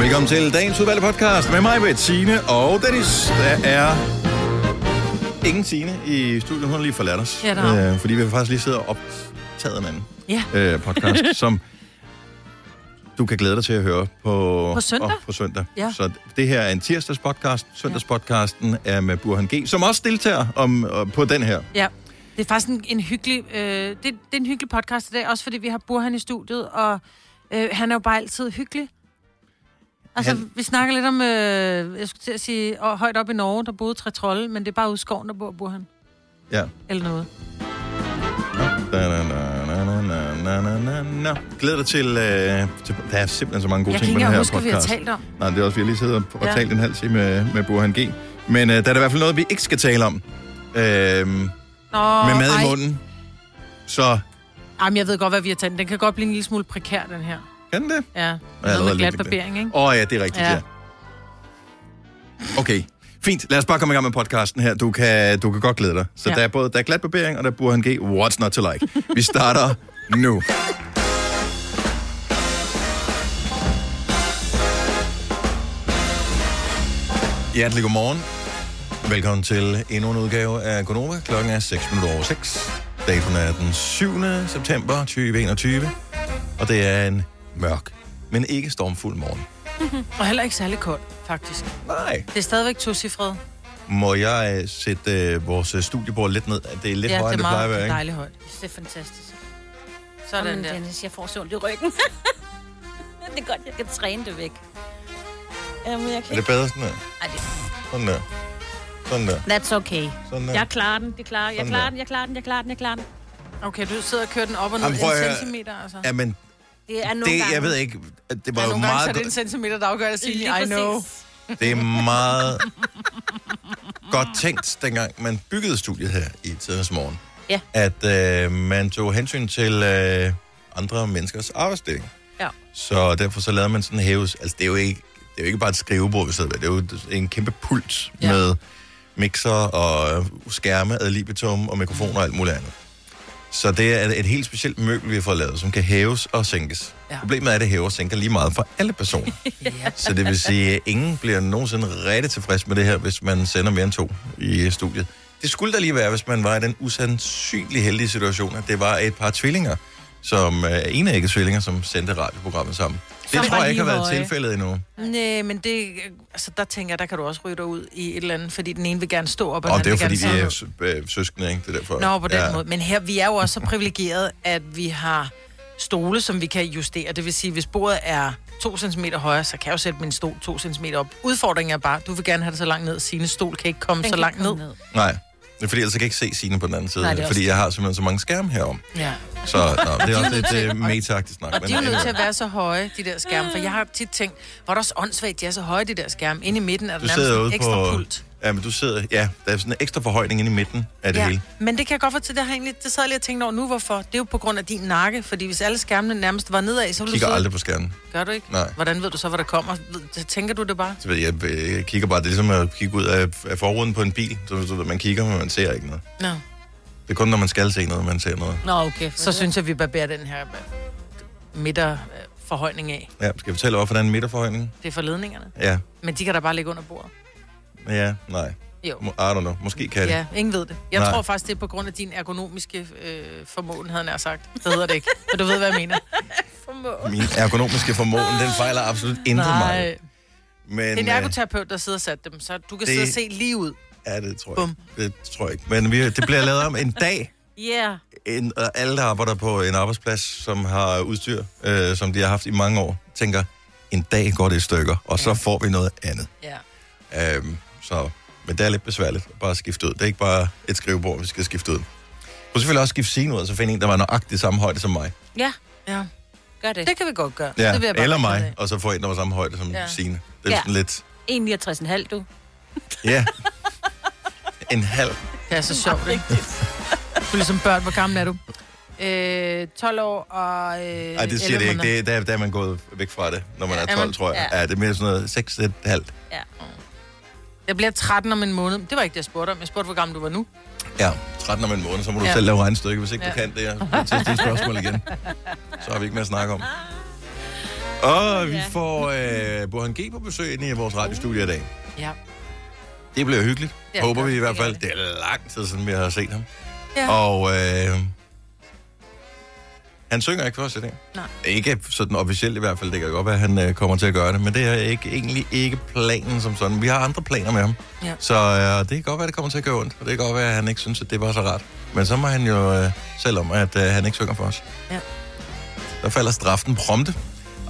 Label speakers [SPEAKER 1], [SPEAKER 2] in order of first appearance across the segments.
[SPEAKER 1] Velkommen til dagens udvalgte podcast med mig, Britt, Signe og Dennis. Der er ingen Signe i studiet. Hun har lige forladt os.
[SPEAKER 2] Ja, der har hun.
[SPEAKER 1] øh, fordi vi har faktisk lige siddet og optaget en anden
[SPEAKER 2] Ja.
[SPEAKER 1] øh, podcast, som du kan glæde dig til at høre på,
[SPEAKER 2] På søndag?
[SPEAKER 1] og- på søndag.
[SPEAKER 2] Ja.
[SPEAKER 1] Så det her er en tirsdags podcast. Søndagspodcasten er med Burhan G., som også deltager om, og- på den her.
[SPEAKER 2] Ja. Det er faktisk en, en hyggelig, øh, det, det er en hyggelig podcast i dag, også fordi vi har Burhan i studiet, og øh, han er jo bare altid hyggelig. Altså,
[SPEAKER 1] Han-
[SPEAKER 2] han... vi snakker lidt om, øh, jeg skulle til at sige, og højt op i Norge, der boede tre trolde, men det er bare ude i skoven, der bor Burhan.
[SPEAKER 1] Ja.
[SPEAKER 2] Eller noget.
[SPEAKER 1] Da-na-na-na-na-na-na-na. Glæder dig til, øh, til... Der er simpelthen så mange gode
[SPEAKER 2] Jeg kan ikke
[SPEAKER 1] ting med den
[SPEAKER 2] engang
[SPEAKER 1] her
[SPEAKER 2] huske, hvad vi har
[SPEAKER 1] podcast.
[SPEAKER 2] talt om.
[SPEAKER 1] Nej, det er også, vi har lige siddet og, og
[SPEAKER 2] Ja.
[SPEAKER 1] talt en halv time med, med Burhan G. Men øh, der er da i hvert fald noget, vi ikke skal tale om. Øh, med
[SPEAKER 2] Nå,
[SPEAKER 1] mad i
[SPEAKER 2] ej.
[SPEAKER 1] munden. Så
[SPEAKER 2] Ej, men jeg ved godt, hvad vi har talt. Den kan godt blive en lille smule prekær, den her.
[SPEAKER 1] kan det?
[SPEAKER 2] Ja, noget
[SPEAKER 1] allerede
[SPEAKER 2] med glat
[SPEAKER 1] lidt-
[SPEAKER 2] barbering, ikke?
[SPEAKER 1] Åh oh, ja, det er rigtigt, ja.
[SPEAKER 2] Ja.
[SPEAKER 1] ja. Okay, fint. Lad os bare komme i gang med podcasten her. Du kan, du kan godt glæde dig. Så ja.
[SPEAKER 2] Ja.
[SPEAKER 1] der er både der er glatbarbering, og der er Burhan G. What's not to like? Vi starter nu. Hjertelig godmorgen. Velkommen til endnu en udgave af Gonova. Klokken er 6 minutter over 6. Datoen er den 7. september 2021. Og det er en mørk, men ikke stormfuld morgen.
[SPEAKER 2] Og heller ikke særlig kold, faktisk.
[SPEAKER 1] Nej.
[SPEAKER 2] Det er stadigvæk tocifret.
[SPEAKER 1] Må jeg øh, sætte øh, vores øh, studiebord lidt ned? Det er lidt
[SPEAKER 2] ja,
[SPEAKER 1] højere,
[SPEAKER 2] det
[SPEAKER 1] end
[SPEAKER 2] er
[SPEAKER 1] det plejer at
[SPEAKER 2] meget
[SPEAKER 1] være, ikke?
[SPEAKER 2] dejligt højt. Det er fantastisk. Sådan
[SPEAKER 3] Jamen,
[SPEAKER 2] der.
[SPEAKER 3] Dennis, jeg får så ondt i ryggen. det er godt, jeg kan træne det væk. Jamen, jeg kan
[SPEAKER 1] Er
[SPEAKER 3] ikke...
[SPEAKER 1] det bedre sådan der?
[SPEAKER 3] Ej, det-
[SPEAKER 1] Sådan der. Sådan der.
[SPEAKER 3] That's okay.
[SPEAKER 1] Sådan der.
[SPEAKER 3] Jeg klarer den, det klarer. Jeg
[SPEAKER 1] Sådan
[SPEAKER 3] klarer
[SPEAKER 1] der.
[SPEAKER 3] den, jeg klarer den, jeg klarer den, jeg klarer den.
[SPEAKER 2] Okay, du sidder og kører den op og ned
[SPEAKER 1] Jamen,
[SPEAKER 2] en
[SPEAKER 1] prøv at høre.
[SPEAKER 2] centimeter, altså. Ja,
[SPEAKER 1] Ja, men
[SPEAKER 3] Det er nogle
[SPEAKER 1] det,
[SPEAKER 3] gange.
[SPEAKER 1] jeg ved ikke, at det var jo
[SPEAKER 2] Nogle gange så er
[SPEAKER 1] meget,
[SPEAKER 2] det en centimeter, der afgør at sige,
[SPEAKER 3] Lige
[SPEAKER 2] I know.
[SPEAKER 3] præcis.
[SPEAKER 1] det er meget godt tænkt, dengang man byggede studiet her i tidens morgen.
[SPEAKER 3] Ja.
[SPEAKER 1] At øh, man tog hensyn til øh, andre menneskers arbejdsdeling.
[SPEAKER 2] Ja.
[SPEAKER 1] Så derfor så lavede man sådan en hæves. Altså, det er jo ikke, det er jo ikke bare et skrivebord, vi sidder ved. Det er jo en kæmpe pult ja.
[SPEAKER 2] Ja.
[SPEAKER 1] med mixer og øh, skærme, ad libitum og mikrofoner og alt muligt andet. Så det er et helt specielt møbel, vi har fået lavet, som kan hæves og sænkes. Ja.
[SPEAKER 2] Ja.
[SPEAKER 1] Problemet er, at det hæver og sænker lige meget for alle personer.
[SPEAKER 2] Ja.
[SPEAKER 1] Så det vil sige, at ingen bliver nogensinde rigtig tilfreds med det her, hvis man sender mere end to i øh, studiet. Det skulle da lige være, hvis man var i den usandsynlig heldige situation, at det var et par tvillinger, som øh, en af ikke tvillinger, som sendte radioprogrammet sammen. Det
[SPEAKER 2] Som
[SPEAKER 1] tror
[SPEAKER 2] var
[SPEAKER 1] jeg ikke har
[SPEAKER 2] lige
[SPEAKER 1] været
[SPEAKER 2] høje.
[SPEAKER 1] tilfældet endnu.
[SPEAKER 2] Nej, men det, altså, der tænker jeg, der kan du også ryge dig ud i et eller andet, fordi den ene vil gerne stå op, og,
[SPEAKER 1] Og
[SPEAKER 2] den
[SPEAKER 1] det er jo
[SPEAKER 2] anden
[SPEAKER 1] fordi,
[SPEAKER 2] vil
[SPEAKER 1] vi
[SPEAKER 2] gerne
[SPEAKER 1] er sø- øh, søskende, ikke? Det er derfor.
[SPEAKER 2] Nå, på den
[SPEAKER 1] ja.
[SPEAKER 2] ja. måde. Men her, vi er jo også så privilegeret, at vi har stole, som vi kan justere. Det vil sige, hvis bordet er 2 cm højere, så kan jeg jo sætte min stol 2 cm op. Udfordringen er bare, du vil gerne have det så langt ned, Sine stol kan ikke komme
[SPEAKER 3] Den
[SPEAKER 2] så
[SPEAKER 3] kan
[SPEAKER 2] langt ned.
[SPEAKER 3] komme
[SPEAKER 2] ned.
[SPEAKER 1] Nej, det er fordi ellers jeg kan ikke se sine på den anden side.
[SPEAKER 3] Nej,
[SPEAKER 1] Nej,
[SPEAKER 3] det er
[SPEAKER 1] fordi
[SPEAKER 3] også
[SPEAKER 1] jeg har simpelthen så mange skærme herom.
[SPEAKER 2] Ja.
[SPEAKER 1] Så nå, det er også lidt øh, metagtigt snak.
[SPEAKER 2] Og
[SPEAKER 1] men øh,
[SPEAKER 2] de er jo nødt
[SPEAKER 1] anyway.
[SPEAKER 2] til at være så høje, de der skærme. For jeg har tit tænkt, hvor er det også åndssvagt, de er så høje, de der skærme. Inde i midten er der
[SPEAKER 1] Du
[SPEAKER 2] nærmest
[SPEAKER 1] sidder
[SPEAKER 2] en
[SPEAKER 1] ude
[SPEAKER 2] ekstra
[SPEAKER 1] på...
[SPEAKER 2] pult.
[SPEAKER 1] Ja, men du sidder... Ja, der er sådan en ekstra forhøjning inde i midten af det ja.
[SPEAKER 2] Ja,
[SPEAKER 1] hele.
[SPEAKER 2] men det kan jeg godt fortælle, det, har jeg egentlig, det sad jeg lige og tænkte over nu, hvorfor. Det er jo på grund af din nakke, fordi hvis alle skærmene nærmest var nedad, så ville du
[SPEAKER 1] Kigger
[SPEAKER 2] sidde-
[SPEAKER 1] aldrig på skærmen.
[SPEAKER 2] Gør du ikke?
[SPEAKER 1] Nej.
[SPEAKER 2] Hvordan ved du så, hvad der kommer? Ved- så Tænker du det bare?
[SPEAKER 1] Så ved jeg, øh, jeg kigger bare... Det er ligesom at kigge ud af, af forruden på en bil. Så, så ved, man kigger, men man ser ikke noget.
[SPEAKER 2] Nå.
[SPEAKER 1] Det er kun, når man skal se noget, man ser noget.
[SPEAKER 3] Nå, okay.
[SPEAKER 2] Så synes jeg, vi bør bære den her øh, midterforhøjning af.
[SPEAKER 1] Ja, skal jeg fortælle, hvorfor der er en midterforhøjning?
[SPEAKER 2] Det er for ledningerne.
[SPEAKER 1] Ja,
[SPEAKER 2] Men de kan da bare ligge under bordet.
[SPEAKER 1] ja, nej.
[SPEAKER 2] Jo.
[SPEAKER 1] Må- I don't know. Måske kan det.
[SPEAKER 2] Ja, ingen ved det. Jeg
[SPEAKER 1] Nej.
[SPEAKER 2] Nej. tror faktisk, det er på grund af din ergonomiske øh, formåen, havde jeg nær sagt. Det hedder det ikke. Men du ved, hvad jeg mener.
[SPEAKER 1] Min ergonomiske formåen, den fejler absolut intet mig. Men,
[SPEAKER 2] Det er en
[SPEAKER 1] øh,
[SPEAKER 2] ergoterapeut, der sidder og sat dem, så du kan
[SPEAKER 1] det-
[SPEAKER 2] det... sidde og se lige ud.
[SPEAKER 1] Ja, det tror jeg
[SPEAKER 2] Bum.
[SPEAKER 1] ikke. Det tror jeg ikke. Men vi, det bliver lavet om en dag.
[SPEAKER 3] Yeah.
[SPEAKER 1] En, og alle, der arbejder på en arbejdsplads, som har udstyr, øh, som de har haft i mange år, tænker, en dag går det i stykker, og så får vi noget andet.
[SPEAKER 2] Ja.
[SPEAKER 1] Øhm, så, men det er lidt besværligt at bare skifte ud. Det er ikke bare et skrivebord, vi skal skifte ud. Du selvfølgelig også skifte sin ud, og så finde en, der var nøjagtig samme højde som mig.
[SPEAKER 3] Ja,
[SPEAKER 2] ja.
[SPEAKER 3] gør det.
[SPEAKER 2] Det kan vi godt gøre.
[SPEAKER 1] Ja,
[SPEAKER 2] det vil jeg bare
[SPEAKER 1] eller
[SPEAKER 2] være ked
[SPEAKER 1] mig,
[SPEAKER 2] af.
[SPEAKER 1] og så få en, der var samme højde som ja.
[SPEAKER 2] Ja.
[SPEAKER 1] sine. Det
[SPEAKER 3] Ja.
[SPEAKER 1] er sådan lidt,
[SPEAKER 3] 1,69,5, du.
[SPEAKER 1] ja, en halv.
[SPEAKER 2] Det er så sjovt, ikke? Du er ligesom børn. Hvor gammel er du? Øh, 12 år og øh,
[SPEAKER 1] Nej, det
[SPEAKER 2] 11
[SPEAKER 1] siger det ikke.
[SPEAKER 2] måneder.
[SPEAKER 1] Det, er- der, der er man gået væk fra det, når man
[SPEAKER 2] Ja,
[SPEAKER 1] er
[SPEAKER 2] er
[SPEAKER 1] 12,
[SPEAKER 2] man?
[SPEAKER 1] tror jeg. Ja.
[SPEAKER 3] Ja.
[SPEAKER 1] ja, det er mere sådan noget 6, et halvt.
[SPEAKER 3] Ja.
[SPEAKER 2] Jeg bliver 13 om en måned. Det var ikke det, jeg spurgte om. Jeg spurgte, hvor gammel du var nu.
[SPEAKER 1] Ja, 13 om en måned, så må du ja.
[SPEAKER 2] Ja.
[SPEAKER 1] selv lave regnstykke, hvis ikke ja.
[SPEAKER 2] Ja.
[SPEAKER 1] du kan det. Jeg til at stille spørgsmål igen. Så har vi ikke mere at snakke om. Og vi
[SPEAKER 3] Ja.
[SPEAKER 1] får øh, Burhan G på besøg inde i vores radiostudie i dag.
[SPEAKER 2] Ja.
[SPEAKER 1] Det bliver hyggeligt.
[SPEAKER 2] Ja,
[SPEAKER 1] Håber vi i hvert
[SPEAKER 2] det gør
[SPEAKER 1] fald.
[SPEAKER 2] det.
[SPEAKER 1] Det er lang tid siden, vi har set ham.
[SPEAKER 2] Ja.
[SPEAKER 1] Og øh, han synger ikke for os i dag.
[SPEAKER 2] Nej.
[SPEAKER 1] Ikke sådan officielt i hvert fald. Det kan godt være, at han øh, kommer til at gøre det. Men det er ikke, egentlig ikke planen som sådan. Vi har andre planer med ham.
[SPEAKER 2] Ja.
[SPEAKER 1] Så øh, det kan godt være, at det kommer til at gøre ondt. Og det kan godt være, at han ikke synes, at det var så rart. Men så må han jo øh, selv om, at øh, han ikke synger for os.
[SPEAKER 2] Ja.
[SPEAKER 1] Der falder straffen prompte.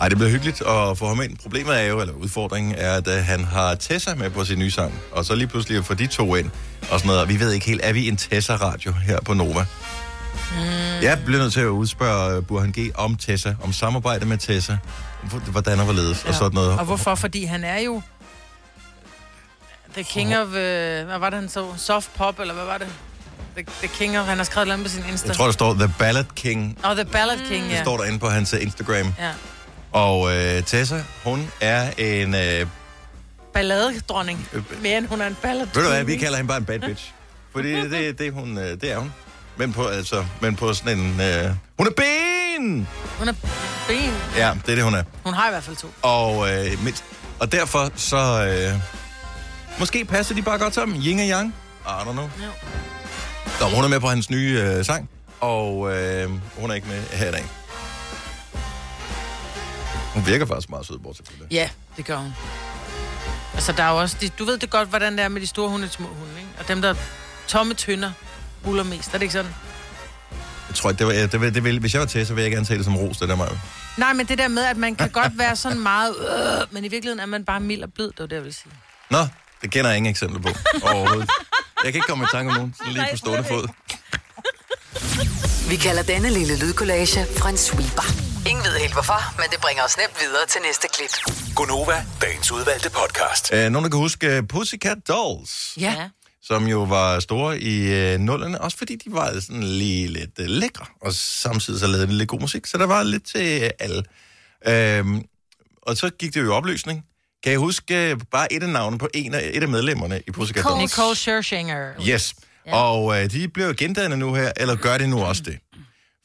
[SPEAKER 1] Ej, det bliver hyggeligt at få ham ind. Problemet er jo, eller udfordringen er, at øh, han har Tessa med på sin nye sang. Og så lige pludselig at få de to ind. Og sådan noget. Og Vi ved ikke helt, er vi en Tessa-radio her på Nova?
[SPEAKER 2] Mm.
[SPEAKER 1] Jeg bliver nødt til at udspørge øh, Burhan G. om Tessa, om samarbejde med Tessa, Hvor- hvordan og hvorledes, ja. og sådan noget.
[SPEAKER 2] Mm. Og hvorfor? Fordi han er jo... The King of... Øh, hvad var det, han så? Soft Pop, eller hvad var det? The, the King of... Han har skrevet noget på sin Insta.
[SPEAKER 1] Jeg tror, der står The Ballad King,
[SPEAKER 2] Og The Ballad King, ja.
[SPEAKER 1] ja. står der inde på hans øh, Instagram.
[SPEAKER 2] ja.
[SPEAKER 1] Og øh, Tessa, hun er en... Øh,
[SPEAKER 2] Balladedronning.
[SPEAKER 1] Øh,
[SPEAKER 2] Mere end hun er en ballad.
[SPEAKER 1] Ved du hvad, vi kalder hende bare en bad bitch. Fordi det, det, hun, øh, det er hun. Men på, altså, men på sådan en... Øh, hun er ben!
[SPEAKER 2] Hun er ben.
[SPEAKER 1] Ja, det er det, hun er.
[SPEAKER 2] Hun har i hvert fald to.
[SPEAKER 1] Og, øh, mindst, og derfor så... Øh, måske passer de bare godt sammen. Yin og yang. I don't know.
[SPEAKER 2] Jo.
[SPEAKER 1] Nå, hun er med på hans nye øh, sang. Og øh, hun er ikke med her i dag. Hun virker faktisk meget sød, bortset fra det.
[SPEAKER 2] Ja, det gør hun. Altså, der er jo også... De, du ved det godt, hvordan det er med de store hunde og de små hunde, ikke? Og dem, der er tomme tønder, buller mest. Er det ikke sådan?
[SPEAKER 1] Jeg tror, det var, det, var, det ville, hvis jeg var til, så ville jeg gerne tage det som ros, det der mig.
[SPEAKER 2] Nej, men det der med, at man kan godt være sådan meget... Øh, men i virkeligheden er man bare mild og blid, det var det, jeg ville sige.
[SPEAKER 1] Nå, det kender jeg ingen eksempler på overhovedet. Jeg kan ikke komme i tanke om nogen, sådan lige på stående fod.
[SPEAKER 4] Vi kalder denne lille lydkollage en sweeper. Ingen ved helt hvorfor, men det bringer os nemt videre til næste klip.
[SPEAKER 5] Gunova, dagens udvalgte podcast.
[SPEAKER 1] Øh, nogen, der kan huske øh, Pussycat Dolls,
[SPEAKER 2] Ja.
[SPEAKER 3] Ja.
[SPEAKER 1] som jo var store i øh, nullerne, også fordi de var sådan lige lidt øh, lækre, og samtidig så lavede de lidt god musik, så der var lidt til øh, alle. Øhm, og så gik det jo i opløsning. Kan jeg huske øh, bare et af navnene på en af, et af medlemmerne i Pussycat Dolls?
[SPEAKER 2] Nicole Scherzinger.
[SPEAKER 1] Yes. Ja. Og øh, de bliver jo gendannet nu her, eller gør det nu også det?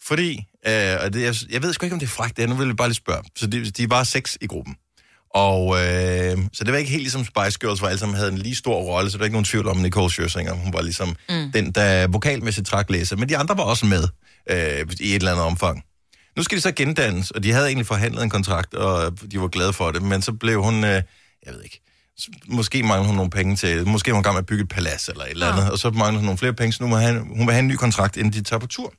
[SPEAKER 1] Fordi, øh, og det, jeg, jeg ved sgu ikke, om det er fragt, det er, nu vil jeg bare lige spørge. Så de, de er bare seks i gruppen. Og øh, så det var ikke helt ligesom Spice Girls, hvor alle sammen havde en lige stor rolle, så der var ikke nogen tvivl om Nicole Scherzinger. Hun var ligesom mm. den, der vokalmæssigt trak læser. Men de andre var også med øh, i et eller andet omfang. Nu skal de så gendannes, og de havde egentlig forhandlet en kontrakt, og de var glade for det, men så blev hun, øh, jeg ved ikke, s- måske mangler hun nogle penge til, måske var hun i gang med at bygge et palads eller et eller andet, og så mangler hun nogle flere penge, så nu må han, hun vil have en ny kontrakt, inden de tager på tur.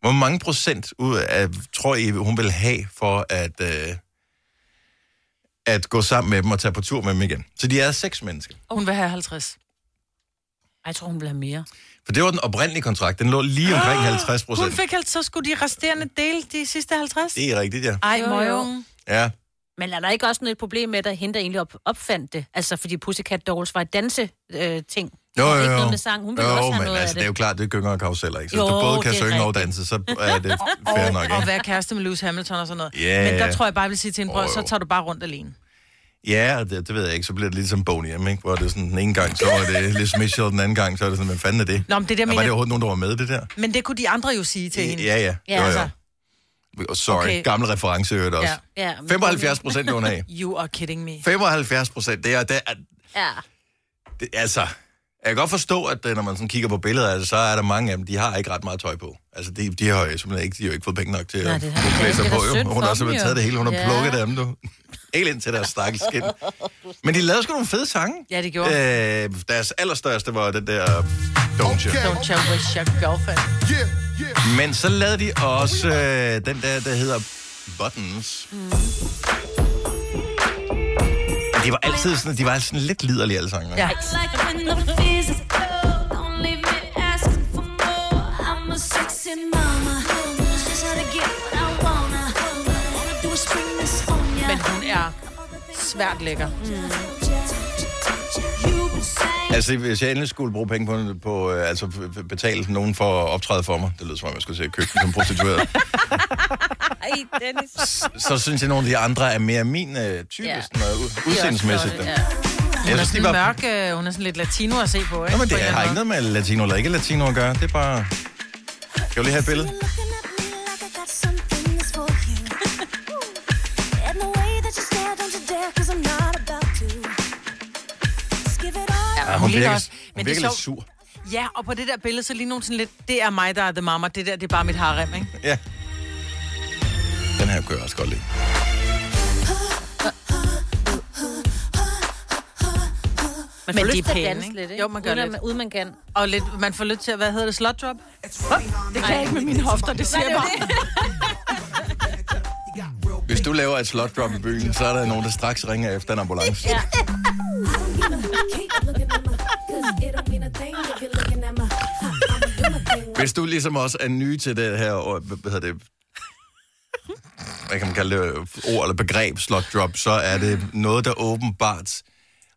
[SPEAKER 1] Hvor mange procent ud af, tror I, hun vil have for at, øh, at gå sammen med dem og tage på tur med dem igen? Så de er seks mennesker.
[SPEAKER 2] Hun vil have 50.
[SPEAKER 3] Ej, jeg tror, hun vil have mere.
[SPEAKER 1] For det var den oprindelige kontrakt, den lå lige omkring 50
[SPEAKER 2] Hun
[SPEAKER 1] procent.
[SPEAKER 2] fik 50, så skulle de resterende dele de sidste 50.
[SPEAKER 1] Det er rigtigt, ja.
[SPEAKER 2] Ej,
[SPEAKER 3] Jo, jo.
[SPEAKER 2] møgung.
[SPEAKER 1] Ja,
[SPEAKER 3] Men er der ikke også noget et problem med, at hende, der egentlig op, opfandt det? Altså, fordi Pussycat Dolls var et danse-ting.
[SPEAKER 1] Jo, jo, jo.
[SPEAKER 3] Ikke noget med sang. Hun ville
[SPEAKER 1] jo,
[SPEAKER 3] også have
[SPEAKER 1] men
[SPEAKER 3] noget
[SPEAKER 1] altså,
[SPEAKER 3] af
[SPEAKER 1] det. er jo
[SPEAKER 3] det.
[SPEAKER 1] klart, det gynger og karuseller, ikke? Så jo,
[SPEAKER 3] Jo,
[SPEAKER 1] du både kan
[SPEAKER 3] det er
[SPEAKER 1] synge og
[SPEAKER 3] rigtigt.
[SPEAKER 1] danse, så er det fair nok,
[SPEAKER 2] Og
[SPEAKER 1] ikke?
[SPEAKER 2] være kæreste med Lewis Hamilton og sådan noget.
[SPEAKER 1] Ja,
[SPEAKER 2] Men
[SPEAKER 1] ja.
[SPEAKER 2] der tror jeg bare, jeg vil sige til en bror,
[SPEAKER 1] Åh,
[SPEAKER 2] så
[SPEAKER 1] jo.
[SPEAKER 2] tager du bare rundt alene.
[SPEAKER 1] Ja, og det, det ved jeg ikke. Så bliver det lidt som Boney M, ikke? Hvor det er sådan, den ene gang, så var det Liz Mitchell, den anden gang, så er det sådan, hvem fanden er det?
[SPEAKER 2] Nå, men det der
[SPEAKER 1] Og var det
[SPEAKER 2] mener...
[SPEAKER 1] overhovedet nogen, der var med i det der?
[SPEAKER 2] Men det kunne de andre jo sige til hende.
[SPEAKER 1] Ja, ja.
[SPEAKER 3] Ja,
[SPEAKER 1] Jo, jo.
[SPEAKER 3] altså.
[SPEAKER 1] Sorry,
[SPEAKER 2] Okay.
[SPEAKER 1] gammel reference i øvrigt også.
[SPEAKER 2] Ja.
[SPEAKER 3] Ja, men-
[SPEAKER 1] 75 procent, hun af.
[SPEAKER 2] You are kidding me.
[SPEAKER 1] 75 procent, det er, det er,
[SPEAKER 3] Ja.
[SPEAKER 1] det, altså, jeg kan godt forstå, at øh, når man sådan kigger på billeder af det, så er der mange af dem, de har ikke ret meget tøj på. Altså, de, de har jo simpelthen ikke, de har jo ikke fået penge nok til
[SPEAKER 3] Nej,
[SPEAKER 1] at
[SPEAKER 3] det
[SPEAKER 1] kunne
[SPEAKER 3] har de
[SPEAKER 1] klæde
[SPEAKER 3] ikke.
[SPEAKER 1] sig
[SPEAKER 3] Det er
[SPEAKER 1] på.
[SPEAKER 3] da
[SPEAKER 1] Jo.
[SPEAKER 3] synd
[SPEAKER 1] Hun har
[SPEAKER 3] for
[SPEAKER 1] simpelttet
[SPEAKER 3] dem, jo.
[SPEAKER 1] taget det hele, hun har
[SPEAKER 3] Ja.
[SPEAKER 1] plukket af dem nu. Helt ind til deres stakkels skin. Men de lavede sgu nogle fede sange.
[SPEAKER 2] Ja, det gjorde
[SPEAKER 1] Øh, deres allerstørste var den der Don't You.
[SPEAKER 2] Don't you wish your girlfriend?
[SPEAKER 1] Men så lavede de også øh, den der, der hedder Buttons. Mm. De var altid sådan, de var sådan lidt liderlige alle sangene.
[SPEAKER 2] Ja.
[SPEAKER 6] Like when the fears is low, don't leave me asking for more. I'm a sexy mama. This is how to get what I wanna. All I do is bring this on ya.
[SPEAKER 2] Men hun er svært lækker.
[SPEAKER 6] You would say
[SPEAKER 1] Altså, hvis jeg endelig skulle bruge penge på, en- på øh, altså f- f- betale nogen for at optræde for mig, det lyder som om, jeg skulle til at købe dem som prostitueret,
[SPEAKER 3] Ej, Dennis.
[SPEAKER 1] så synes jeg, at nogle af de andre er mere min øh, type,
[SPEAKER 3] Ja.
[SPEAKER 1] yeah. sådan noget, ud- udseendemæssigt.
[SPEAKER 3] flotte,
[SPEAKER 1] Ja.
[SPEAKER 3] ja.
[SPEAKER 2] Hun
[SPEAKER 1] Jeg
[SPEAKER 2] er
[SPEAKER 1] synes, de
[SPEAKER 2] sådan
[SPEAKER 1] var...
[SPEAKER 2] mørk, øh, hun er sådan lidt latino at se på, ikke?
[SPEAKER 1] Nå, men
[SPEAKER 2] På
[SPEAKER 1] det
[SPEAKER 2] en
[SPEAKER 1] har ikke
[SPEAKER 2] eller anden
[SPEAKER 1] noget med latino eller ikke latino at gøre. Det er bare... Kan du lige have et billede?
[SPEAKER 6] Looking at me like I got something that's for you. And no
[SPEAKER 1] hun
[SPEAKER 2] hun ligger
[SPEAKER 1] virker-
[SPEAKER 2] også.
[SPEAKER 1] hun
[SPEAKER 2] Men det er
[SPEAKER 1] virker lidt
[SPEAKER 2] sjovt.
[SPEAKER 1] sur.
[SPEAKER 2] Ja, og på det der billede, så lige nogen sådan lidt, det er mig, der er the mama, det der, det er bare mit harem, ikke?
[SPEAKER 1] Ja. Den her kører jeg også godt lide.
[SPEAKER 2] Man
[SPEAKER 3] Men
[SPEAKER 2] får
[SPEAKER 3] de
[SPEAKER 2] lyst
[SPEAKER 3] er
[SPEAKER 2] til at
[SPEAKER 3] pæne,
[SPEAKER 2] danse
[SPEAKER 3] ikke?
[SPEAKER 2] lidt, ikke? Jo, man gør
[SPEAKER 3] uden, at
[SPEAKER 2] lidt.
[SPEAKER 3] Man, uden man kan.
[SPEAKER 2] Og lidt, man får lyst til, at- hvad hedder det, slot drop? Det kan jeg ikke med mine hofter, det siger jeg bare.
[SPEAKER 1] Hvis du laver et slot drop i byen, så er der nogen, der straks ringer efter en ambulance.
[SPEAKER 3] Ja.
[SPEAKER 1] Hvis du ligesom også er ny til det her, og, hvad hvad hedder det, hvad kan man kalde det, ord eller begreb, slot drop, så er det noget, der åbenbart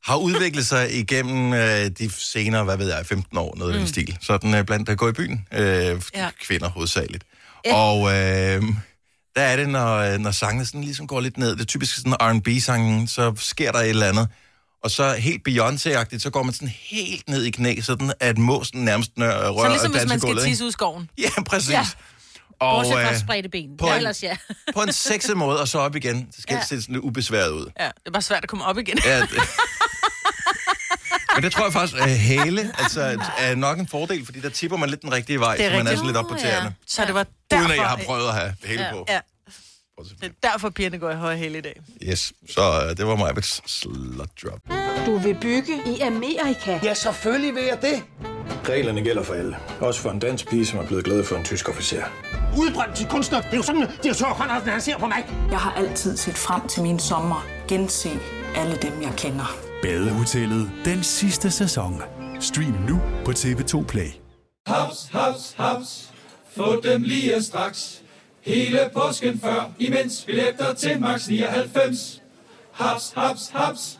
[SPEAKER 1] har udviklet sig igennem øh, de senere, hvad ved jeg, 15 år, noget mm. i den stil. Sådan øh, blandt der går i byen, øh, ja. kvinder hovedsageligt. Og øh, der er det, når, øh, når sangene sådan ligesom går lidt ned, det er typisk sådan R&B-sangen, så sker der et eller andet. Og så helt Beyoncé-agtigt, så går man sådan helt ned i knæ, sådan at måsen nærmest nør, rører
[SPEAKER 2] Så ligesom hvis man skal
[SPEAKER 1] dansegulvet, ikke?
[SPEAKER 2] tisse ud i skoven.
[SPEAKER 1] Ja, præcis. Ja.
[SPEAKER 3] Ja.
[SPEAKER 1] Og
[SPEAKER 3] Bortset fra
[SPEAKER 1] øh,
[SPEAKER 3] spredte ben.
[SPEAKER 1] på
[SPEAKER 3] Ja,
[SPEAKER 1] en-
[SPEAKER 3] ellers ja.
[SPEAKER 1] på en sexet måde, og så op igen. Det skal
[SPEAKER 3] Ja.
[SPEAKER 1] ja. se sådan lidt ubesværet ud.
[SPEAKER 2] Ja, det er bare svært at komme op igen.
[SPEAKER 1] Ja, det. Men det tror jeg faktisk, at hæle altså, er nok en fordel, fordi der tipper man lidt den rigtige vej,
[SPEAKER 2] Det er
[SPEAKER 1] så man er
[SPEAKER 2] rigtigt. Uh,
[SPEAKER 1] sådan lidt op på tæerne.
[SPEAKER 2] Så det var
[SPEAKER 1] Ja.
[SPEAKER 2] derfor...
[SPEAKER 1] Uden at jeg har prøvet at have hæle på.
[SPEAKER 2] Ja, det er derfor, pigerne går i høje hæle i dag.
[SPEAKER 1] Yes, så øh, det var mig med slot drop.
[SPEAKER 7] Du vil bygge i Amerika?
[SPEAKER 8] Ja, selvfølgelig vil jeg det.
[SPEAKER 5] Reglerne gælder for alle. Også for en dansk pige, som er blevet glad for en tysk officer.
[SPEAKER 8] Udbrøndt til kunstner. Det er jo sådan, at de har tørt, han ser på mig.
[SPEAKER 9] Jeg har altid set frem til min sommer, gense alle dem, jeg kender.
[SPEAKER 10] Badehotellet den sidste sæson. Stream nu på TV2 Play.
[SPEAKER 11] Haps, haps, haps. Få dem lige straks. Hele påsken før, imens vi læfter til max 99. Haps, haps, haps.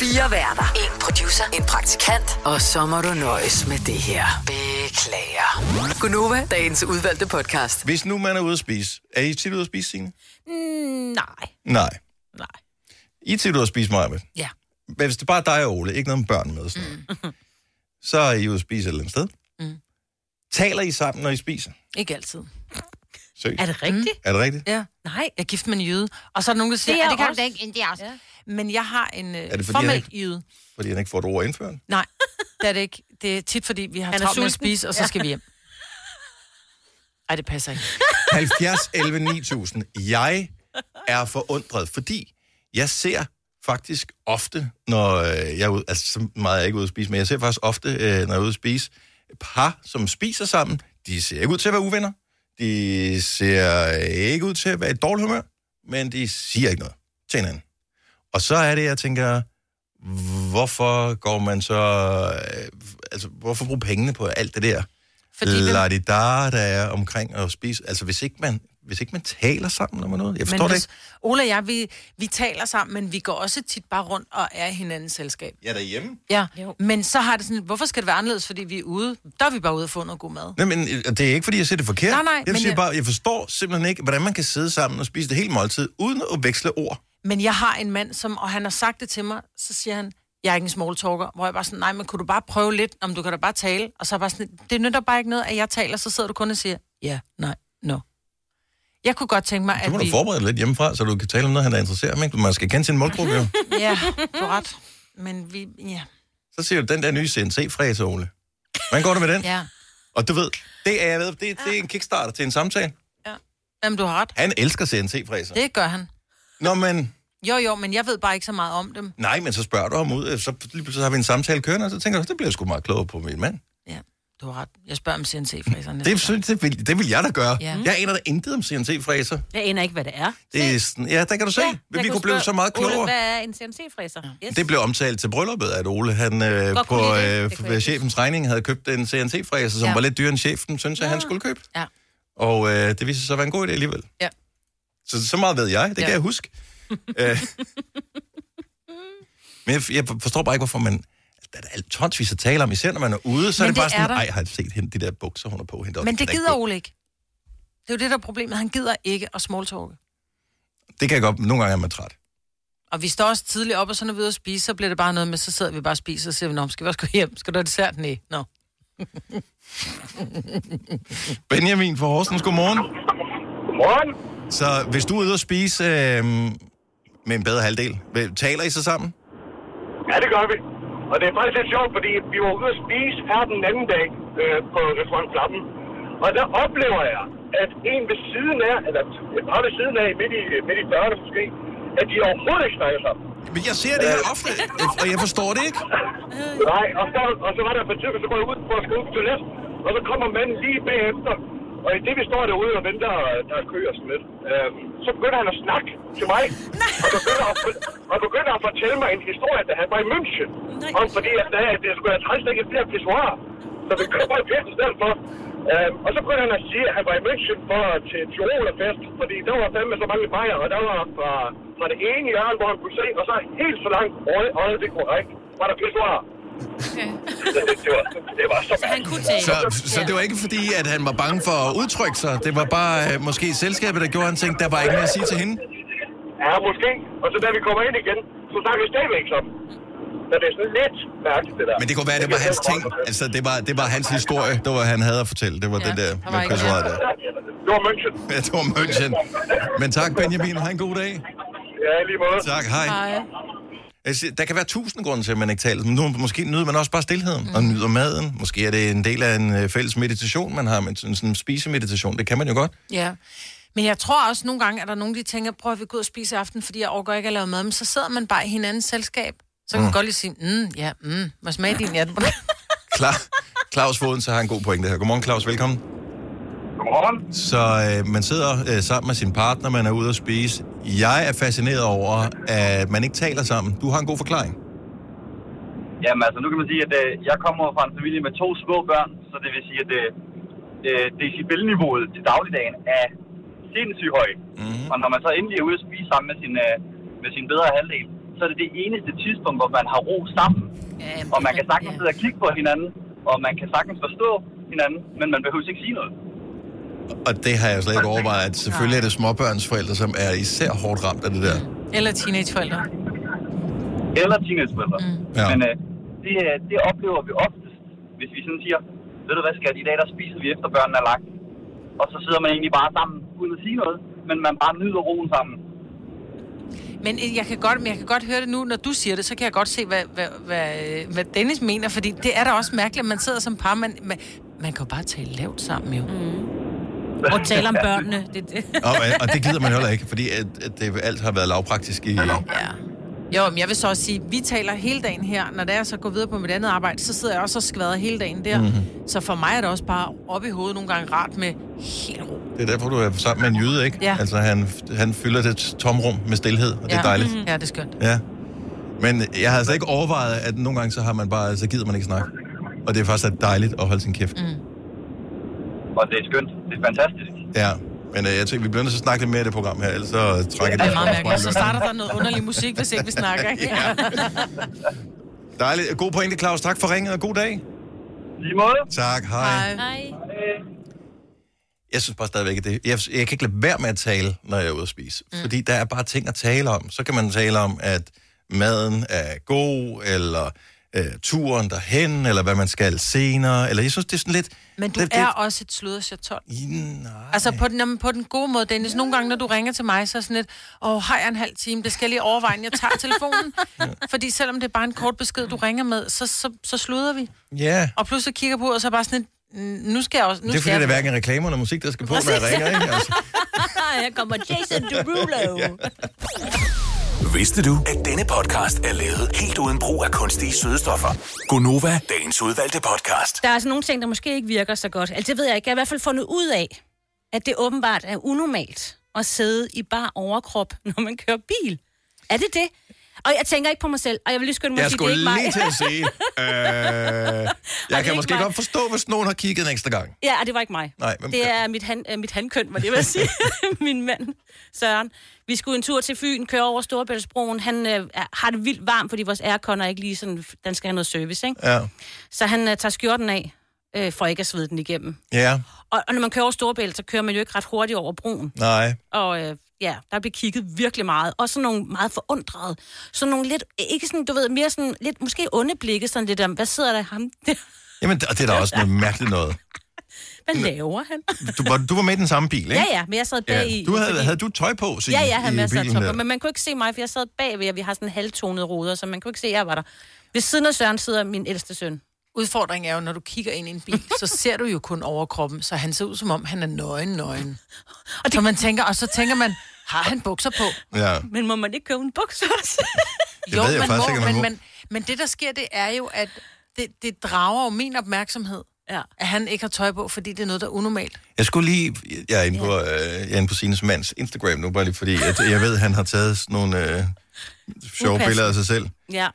[SPEAKER 4] Fire værter. En producer. En praktikant. Og så må du nøjes med det her. Beklager. Gunova, dagens udvalgte podcast.
[SPEAKER 1] Hvis nu man er ude at spise, er I tit ude at spise, Signe?
[SPEAKER 3] Mm, nej.
[SPEAKER 1] Nej. Nej. I er tit ude at spise mig med?
[SPEAKER 3] Ja.
[SPEAKER 1] Men hvis det er bare dig og Ole, ikke noget med børn med, sådan mm. så er I ude at spise et eller andet sted.
[SPEAKER 2] Mm.
[SPEAKER 1] Taler I sammen, når I spiser?
[SPEAKER 2] Ikke altid.
[SPEAKER 1] Seriøst? Mm.
[SPEAKER 2] Er det rigtigt?
[SPEAKER 1] Er det rigtigt?
[SPEAKER 2] Ja. Nej, jeg er gift med en jøde. Og så er der nogen, der siger,
[SPEAKER 3] "Ah, Det er
[SPEAKER 2] at det kan
[SPEAKER 3] også-
[SPEAKER 2] du da ikke, det er også. Ja. Men jeg har en øh,
[SPEAKER 1] Er det fordi, han
[SPEAKER 2] formel
[SPEAKER 1] ikke-
[SPEAKER 2] jøde.
[SPEAKER 1] Fordi han ikke får et ord indført.
[SPEAKER 2] Nej, det er det ikke. Det er tit, fordi vi har
[SPEAKER 3] Han er
[SPEAKER 2] travlt med at
[SPEAKER 3] sulten.
[SPEAKER 2] spise, og så
[SPEAKER 3] Ja.
[SPEAKER 2] skal vi hjem. Ej, det passer ikke.
[SPEAKER 1] 70, 11, 9000. Jeg er forundret, fordi jeg ser faktisk ofte, når øh, jeg er ude, altså så meget er jeg ikke ude at spise, men jeg ser faktisk ofte, øh, når jeg er ude at spise, par, som spiser sammen, de ser ikke ud til at være uvenner. De ser ikke ud til at være i dårlig humør, men de siger ikke noget til hinanden. Og så er det, jeg tænker, hvorfor går man så... Øh, altså, hvorfor bruge pengene på alt det der?
[SPEAKER 2] Fordi
[SPEAKER 1] Fordi
[SPEAKER 2] hvem-
[SPEAKER 1] La -di -da, der er omkring at spise. Altså, hvis ikke man, hvis ikke man taler sammen om noget. Jeg forstår
[SPEAKER 2] men
[SPEAKER 1] det
[SPEAKER 2] hvis-
[SPEAKER 1] ikke.
[SPEAKER 2] Ole og jeg, vi, vi taler sammen, men vi går også tit bare rundt og er i hinandens selskab.
[SPEAKER 1] Jeg er derhjemme.
[SPEAKER 2] Ja, jo. men så har det sådan, hvorfor skal det være anderledes, fordi vi er ude? Der er vi bare ude og få noget god mad.
[SPEAKER 1] Nej, men øh, det er ikke, fordi jeg siger det forkert.
[SPEAKER 2] Nej, nej,
[SPEAKER 1] jeg,
[SPEAKER 2] men
[SPEAKER 1] siger
[SPEAKER 2] jeg-
[SPEAKER 1] bare, jeg forstår simpelthen ikke, hvordan man kan sidde sammen og spise det hele måltid, uden at veksle ord.
[SPEAKER 2] Men jeg har en mand, som, og han har sagt det til mig, så siger han, jeg er ikke en small talker, hvor jeg bare sådan, nej, men kunne du bare prøve lidt, om du kan da bare tale? Og så er jeg bare sådan, det nytter bare ikke noget, at jeg taler, så sidder du kun og siger, ja, nej, no. Jeg kunne godt tænke mig,
[SPEAKER 1] Så må
[SPEAKER 2] at
[SPEAKER 1] du
[SPEAKER 2] vi...
[SPEAKER 1] forberede dig lidt hjemmefra, så du kan tale om noget, han er interesseret i. ikke? Man skal kende sin målgruppe, jo.
[SPEAKER 2] Ja, du har ret. Men vi, ja.
[SPEAKER 1] Så siger du, den der nye CNC-fræse, Ole. Hvordan går det med den?
[SPEAKER 2] ja.
[SPEAKER 1] Og du ved, det er, jeg ved, det, det er en kickstarter til en samtale.
[SPEAKER 2] Jamen, du har ret.
[SPEAKER 1] Han elsker CNC-fræser.
[SPEAKER 2] Det gør han.
[SPEAKER 1] Nå, men...
[SPEAKER 2] Jo, jo, men jeg ved bare ikke så meget om dem.
[SPEAKER 1] Nej, men så spørger du ham ud, øh, så lige pludselig har vi en samtale kørende, og så tænker du, det bliver jeg sgu meget klogere på min mand.
[SPEAKER 2] Ja, du har ret. Jeg spørger om CNC-fræserne.
[SPEAKER 1] Det, synes- det, vil, det vil jeg da gøre.
[SPEAKER 2] Ja.
[SPEAKER 1] Jeg aner da intet om CNC-fræser.
[SPEAKER 3] Jeg aner ikke, hvad det er.
[SPEAKER 1] Det er sådan, ja, der kan du se, ja,
[SPEAKER 3] Jeg
[SPEAKER 1] vi kunne blive
[SPEAKER 3] spørge,
[SPEAKER 1] så meget klogere.
[SPEAKER 3] Ole, hvad er en CNC-fræser? Yes.
[SPEAKER 1] Det blev omtalt til brylluppet, at Ole, han øh,
[SPEAKER 3] Godt
[SPEAKER 1] på
[SPEAKER 3] kunne lide det.
[SPEAKER 1] øh,
[SPEAKER 3] Det kunne
[SPEAKER 1] f-
[SPEAKER 3] jeg
[SPEAKER 1] chefens regning havde købt en CNC-fræser, som
[SPEAKER 2] Ja.
[SPEAKER 1] var lidt dyrere end chefen, synes jeg, han skulle købe.
[SPEAKER 2] Ja.
[SPEAKER 1] Og øh, det viste sig at være en god idé alligevel.
[SPEAKER 2] Ja.
[SPEAKER 1] Så, så meget ved jeg, det ja.
[SPEAKER 2] Ja.
[SPEAKER 1] kan jeg huske. Øh, Men jeg, jeg forstår bare ikke, hvorfor man... der er da alt tonsvis at tale om, især når man er ude, så
[SPEAKER 2] Men
[SPEAKER 1] er det,
[SPEAKER 2] det
[SPEAKER 1] bare sådan,
[SPEAKER 2] er der.
[SPEAKER 1] ej, har jeg set hende, de der bukser, hun har på hende.
[SPEAKER 2] Men det
[SPEAKER 1] Der er
[SPEAKER 2] gider
[SPEAKER 1] ikke-
[SPEAKER 2] Ole ikke. Det er jo det, der er problemet. Han gider ikke at smalltalke.
[SPEAKER 1] Det kan jeg godt, nogle gange er man træt.
[SPEAKER 2] Og vi står også tidligt op, og så når vi er ude at spise, så bliver det bare noget med, så sidder vi bare og spiser, og siger, vi, nå, skal vi også gå hjem? Skal du have dessert? Nej, nå.
[SPEAKER 1] Benjamin fra Horsens, godmorgen. Godmorgen. Så hvis du er ude og spise øh, med en bedre halvdel, hvad- taler I så sammen?
[SPEAKER 12] Ja, det gør vi. Og det er faktisk lidt sjovt, fordi vi var ude at spise her den anden dag øh, på restaurant Klappen. Og der oplever jeg, at en ved siden af, eller et par ved siden af, midt i, midt i 40'erne måske, at de overhovedet ikke snakker sammen. Øh.
[SPEAKER 1] Men jeg ser det her ofte, og jeg forstår det ikke.
[SPEAKER 12] Nej, og så, og så var der for typisk, så går jeg ud for at skrive på toilet, og så kommer manden lige bagefter. Og i det, vi står derude og venter, øh, der er kø og sådan lidt, øh, så begynder han at snakke til mig. Og begynder, at, for- og begynder at fortælle mig en historie, da han var i München. Om fordi jeg sagde, at det skulle være træls, der ikke flere pissoirer. Så vi køber en pisse i stedet for. Øh, og så begynder han at sige, at han var i München for, til Tirolerfest, fordi der var fandme så mange bajer, og der var fra, fra det ene hjørne, hvor han kunne se, og så helt så langt øje, øje det korrekt, var der pissoirer. Så det, det, var, det var så, så han kunne
[SPEAKER 1] Så, så det var ikke fordi, at han var bange for at udtrykke sig. Det var bare øh, måske selskabet, der gjorde, at han tænkte, der var ikke mere at sige til hende.
[SPEAKER 12] Ja, måske. Og så da vi kommer ind igen, så snakker vi stadigvæk sammen. Så det er sådan lidt mærkeligt, det der.
[SPEAKER 1] Men det kunne være, det var hans ting. Altså, det var, det var hans historie, det var, han havde at fortælle. Det var ja, det der
[SPEAKER 12] var
[SPEAKER 1] med
[SPEAKER 12] ikke
[SPEAKER 1] pissoiret
[SPEAKER 12] mere.
[SPEAKER 1] der.
[SPEAKER 12] Det var München.
[SPEAKER 1] Ja, det var München. Men tak, Benjamin. Ha' en god dag.
[SPEAKER 12] Ja, lige måde.
[SPEAKER 1] Tak, hej. Jeg siger, Der kan være tusind grunde til, at man ikke taler. Men nu, måske nyder man også bare stillheden mm. og nyder maden. Måske er det en del af en øh, fælles meditation, man har. Men sådan sådan en spisemeditation, det kan man jo godt.
[SPEAKER 2] Ja. Men jeg tror også nogle gange, at der er nogen, de tænker, prøv at vi går ud og spise i aften, fordi jeg overgår ikke at lave mad. Men så sidder man bare i hinandens selskab. Så kan man
[SPEAKER 1] Mm.
[SPEAKER 2] godt lige sige, mm, ja, mm, hvad smager din ja.
[SPEAKER 1] Klar. Claus Foden, så har en god pointe her. Godmorgen, Claus. Velkommen. Godmorgen. Så øh, man sidder øh, sammen med sin partner, man er ude at spise. Jeg er fascineret over, at man ikke taler sammen. Du har en god forklaring.
[SPEAKER 13] Jamen altså, nu kan man sige, at øh, jeg kommer fra en familie med to små børn, så det vil sige, at øh, øh, decibelniveauet til dagligdagen er sindssygt højt. Mm-hmm. Og når man så endelig er ude at spise sammen med sin, øh, med sin bedre halvdel, så er det det eneste tidspunkt, hvor man har ro sammen.
[SPEAKER 2] Yeah,
[SPEAKER 13] og man kan sagtens sidde og kigge på hinanden, og man kan sagtens forstå hinanden, men man behøver ikke sige noget.
[SPEAKER 1] Og det har jeg slet ikke overvejet. At selvfølgelig er det småbørnsforældre, som er især hårdt ramt af det der.
[SPEAKER 2] Eller teenageforældre.
[SPEAKER 13] Eller teenageforældre. Mm.
[SPEAKER 1] Ja.
[SPEAKER 13] Men øh, det, øh, det oplever vi oftest, hvis vi sådan siger, ved du hvad skat, i dag der spiser vi efter børnene er lagt. Og så sidder man egentlig bare sammen, uden at sige noget, men man bare nyder roen sammen.
[SPEAKER 2] Men øh, jeg kan, godt, men jeg kan godt høre det nu, når du siger det, så kan jeg godt se, hvad, hvad, hvad, øh, hvad Dennis mener, fordi det er da også mærkeligt, at man sidder som par, man, man, man kan jo bare tale lavt sammen jo. Mm.
[SPEAKER 3] Og tale om børnene. Det, det.
[SPEAKER 1] Og, og det gider man heller ikke, fordi at, at det alt har været lavpraktisk i...
[SPEAKER 2] Ja. Jo, men jeg vil så også sige, vi taler hele dagen her. Når det er, så går videre på mit andet arbejde, så sidder jeg også og skvader hele dagen der. Mm-hmm.
[SPEAKER 1] Mhm.
[SPEAKER 2] Så for mig er det også bare op i hovedet nogle gange rart med helt ro.
[SPEAKER 1] Det er derfor, du er sammen med en jyde, ikke?
[SPEAKER 2] Ja.
[SPEAKER 1] Altså, han, han fylder det tomrum med stillhed, og det er
[SPEAKER 2] ja.
[SPEAKER 1] dejligt.
[SPEAKER 2] Mhm. Ja, det er skønt.
[SPEAKER 1] Ja. Men jeg havde altså ikke overvejet, at nogle gange så har man bare, så gider man ikke snakke. Og det er faktisk dejligt at holde sin kæft. Mm.
[SPEAKER 2] Mhm.
[SPEAKER 13] Og det er skønt. Det er fantastisk.
[SPEAKER 1] Ja. Men øh, jeg tænker, vi bliver nødt til at snakke lidt mere i det program her, ellers så trækker
[SPEAKER 2] Det er meget
[SPEAKER 1] det.
[SPEAKER 2] mærkeligt. Så starter der noget underlig musik, hvis ikke vi snakker. Ikke? Ja.
[SPEAKER 1] Dejligt. God pointe, Claus. Tak for ringet, og god dag.
[SPEAKER 13] Lige måde.
[SPEAKER 1] Tak, hej. hej. Jeg synes bare stadigvæk, at det, jeg, jeg kan ikke lade være med at tale, når jeg er ude at spise. Mm. Fordi der er bare ting at tale om. Så kan man tale om, at maden er god, eller øh, turen derhen, eller hvad man skal senere. Eller jeg synes, det er sådan lidt...
[SPEAKER 2] Men du
[SPEAKER 1] det,
[SPEAKER 2] er også et sludderchaton.
[SPEAKER 1] Nej.
[SPEAKER 2] Altså på den, jamen, på den gode måde, Dennis. Nogle gange, når du ringer til mig, så er sådan lidt, åh, har jeg en halv time? Det skal jeg lige overveje, inden jeg tager telefonen. Fordi selvom det er bare en kort besked, du ringer med, så, så, så sluder vi.
[SPEAKER 1] det, Ja.
[SPEAKER 2] Og pludselig kigger på, og så er bare sådan lidt, "Mm, nu skal jeg også... Nu
[SPEAKER 1] Det er
[SPEAKER 2] skal
[SPEAKER 1] fordi, det er
[SPEAKER 2] jeg...
[SPEAKER 1] hverken reklamer eller musik, der skal på, når jeg ringer, ikke? Altså.
[SPEAKER 2] Her kommer Jason Derulo. ja.
[SPEAKER 14] Vidste du, at denne podcast er lavet helt uden brug af kunstige sødestoffer? Gonova, dagens udvalgte podcast.
[SPEAKER 3] Der er altså nogle ting, der måske ikke virker så godt. Altså, det ved jeg ikke. Jeg har i hvert fald fundet ud af, at det åbenbart er unormalt at sidde i bar overkrop, når man kører bil. Er det det? Og jeg tænker ikke på mig selv, og jeg vil lige skynde mig
[SPEAKER 1] Jeg
[SPEAKER 3] at sige, det er
[SPEAKER 1] skulle
[SPEAKER 3] ikke mig.
[SPEAKER 1] lige til at sige, øh, jeg kan måske godt forstå, hvis nogen har kigget en ekstra gang.
[SPEAKER 3] Ja, og det var ikke mig.
[SPEAKER 1] Nej, hvem
[SPEAKER 3] det er mit, han, øh, mit handkøn, var det, jeg vil sige. Min mand, Søren. Vi skulle en tur til Fyn, køre over Storebæltsbroen. Han øh, er- har det vildt varmt, fordi vores aircon er ikke lige sådan... Den skal have noget service, ikke?
[SPEAKER 1] Ja.
[SPEAKER 3] Så han øh, tager skjorten af, øh, for ikke at svede den igennem.
[SPEAKER 1] Ja,
[SPEAKER 3] Og, og når man kører over Storebælt, så kører man jo ikke ret hurtigt over broen.
[SPEAKER 1] nej.
[SPEAKER 3] Og øh, ja, der blev kigget virkelig meget. Og sådan nogle meget forundrede. Sådan nogle lidt, ikke sådan, du ved, mere sådan lidt, måske onde blikke, sådan lidt om, hvad sidder der i ham der?
[SPEAKER 1] Jamen, og det er da også noget mærkeligt noget.
[SPEAKER 3] Hvad laver han?
[SPEAKER 1] Du var, du var med i den samme bil, ikke?
[SPEAKER 3] Ja, ja, men jeg sad bag i.
[SPEAKER 1] Du havde, havde du tøj på, så
[SPEAKER 3] ja,
[SPEAKER 1] i-
[SPEAKER 3] ja, jeg havde
[SPEAKER 1] i
[SPEAKER 3] masser af
[SPEAKER 1] bilen
[SPEAKER 3] topper,
[SPEAKER 1] der?
[SPEAKER 3] men man kunne ikke se mig, for jeg sad bagved, og vi har sådan halvtonede ruder, så man kunne ikke se, at jeg var der. Ved siden af Søren sidder min ældste søn.
[SPEAKER 2] Udfordringen er jo, når du kigger ind i en bil, så ser du jo kun overkroppen, så han ser ud som om, han er nøgen, nøgen. Og, det... så man tænker, og så tænker man, har han bukser på?
[SPEAKER 1] Ja.
[SPEAKER 3] Men må man ikke købe en bukser også?
[SPEAKER 1] Det ved jeg
[SPEAKER 2] man
[SPEAKER 1] faktisk ikke, om man
[SPEAKER 2] men,
[SPEAKER 1] må.
[SPEAKER 2] men, men det, der sker, det er jo, at det, det drager jo min opmærksomhed,
[SPEAKER 3] ja.
[SPEAKER 2] at han ikke har tøj på, fordi det er noget, der er unormalt.
[SPEAKER 1] Jeg skulle lige... Jeg er inde på, øh, jeg er inde på Sines mands Instagram nu, bare lige fordi, at jeg ved, at han har taget sådan nogle øh, sjove
[SPEAKER 3] Upassende.
[SPEAKER 1] billeder af sig selv.
[SPEAKER 3] Ja.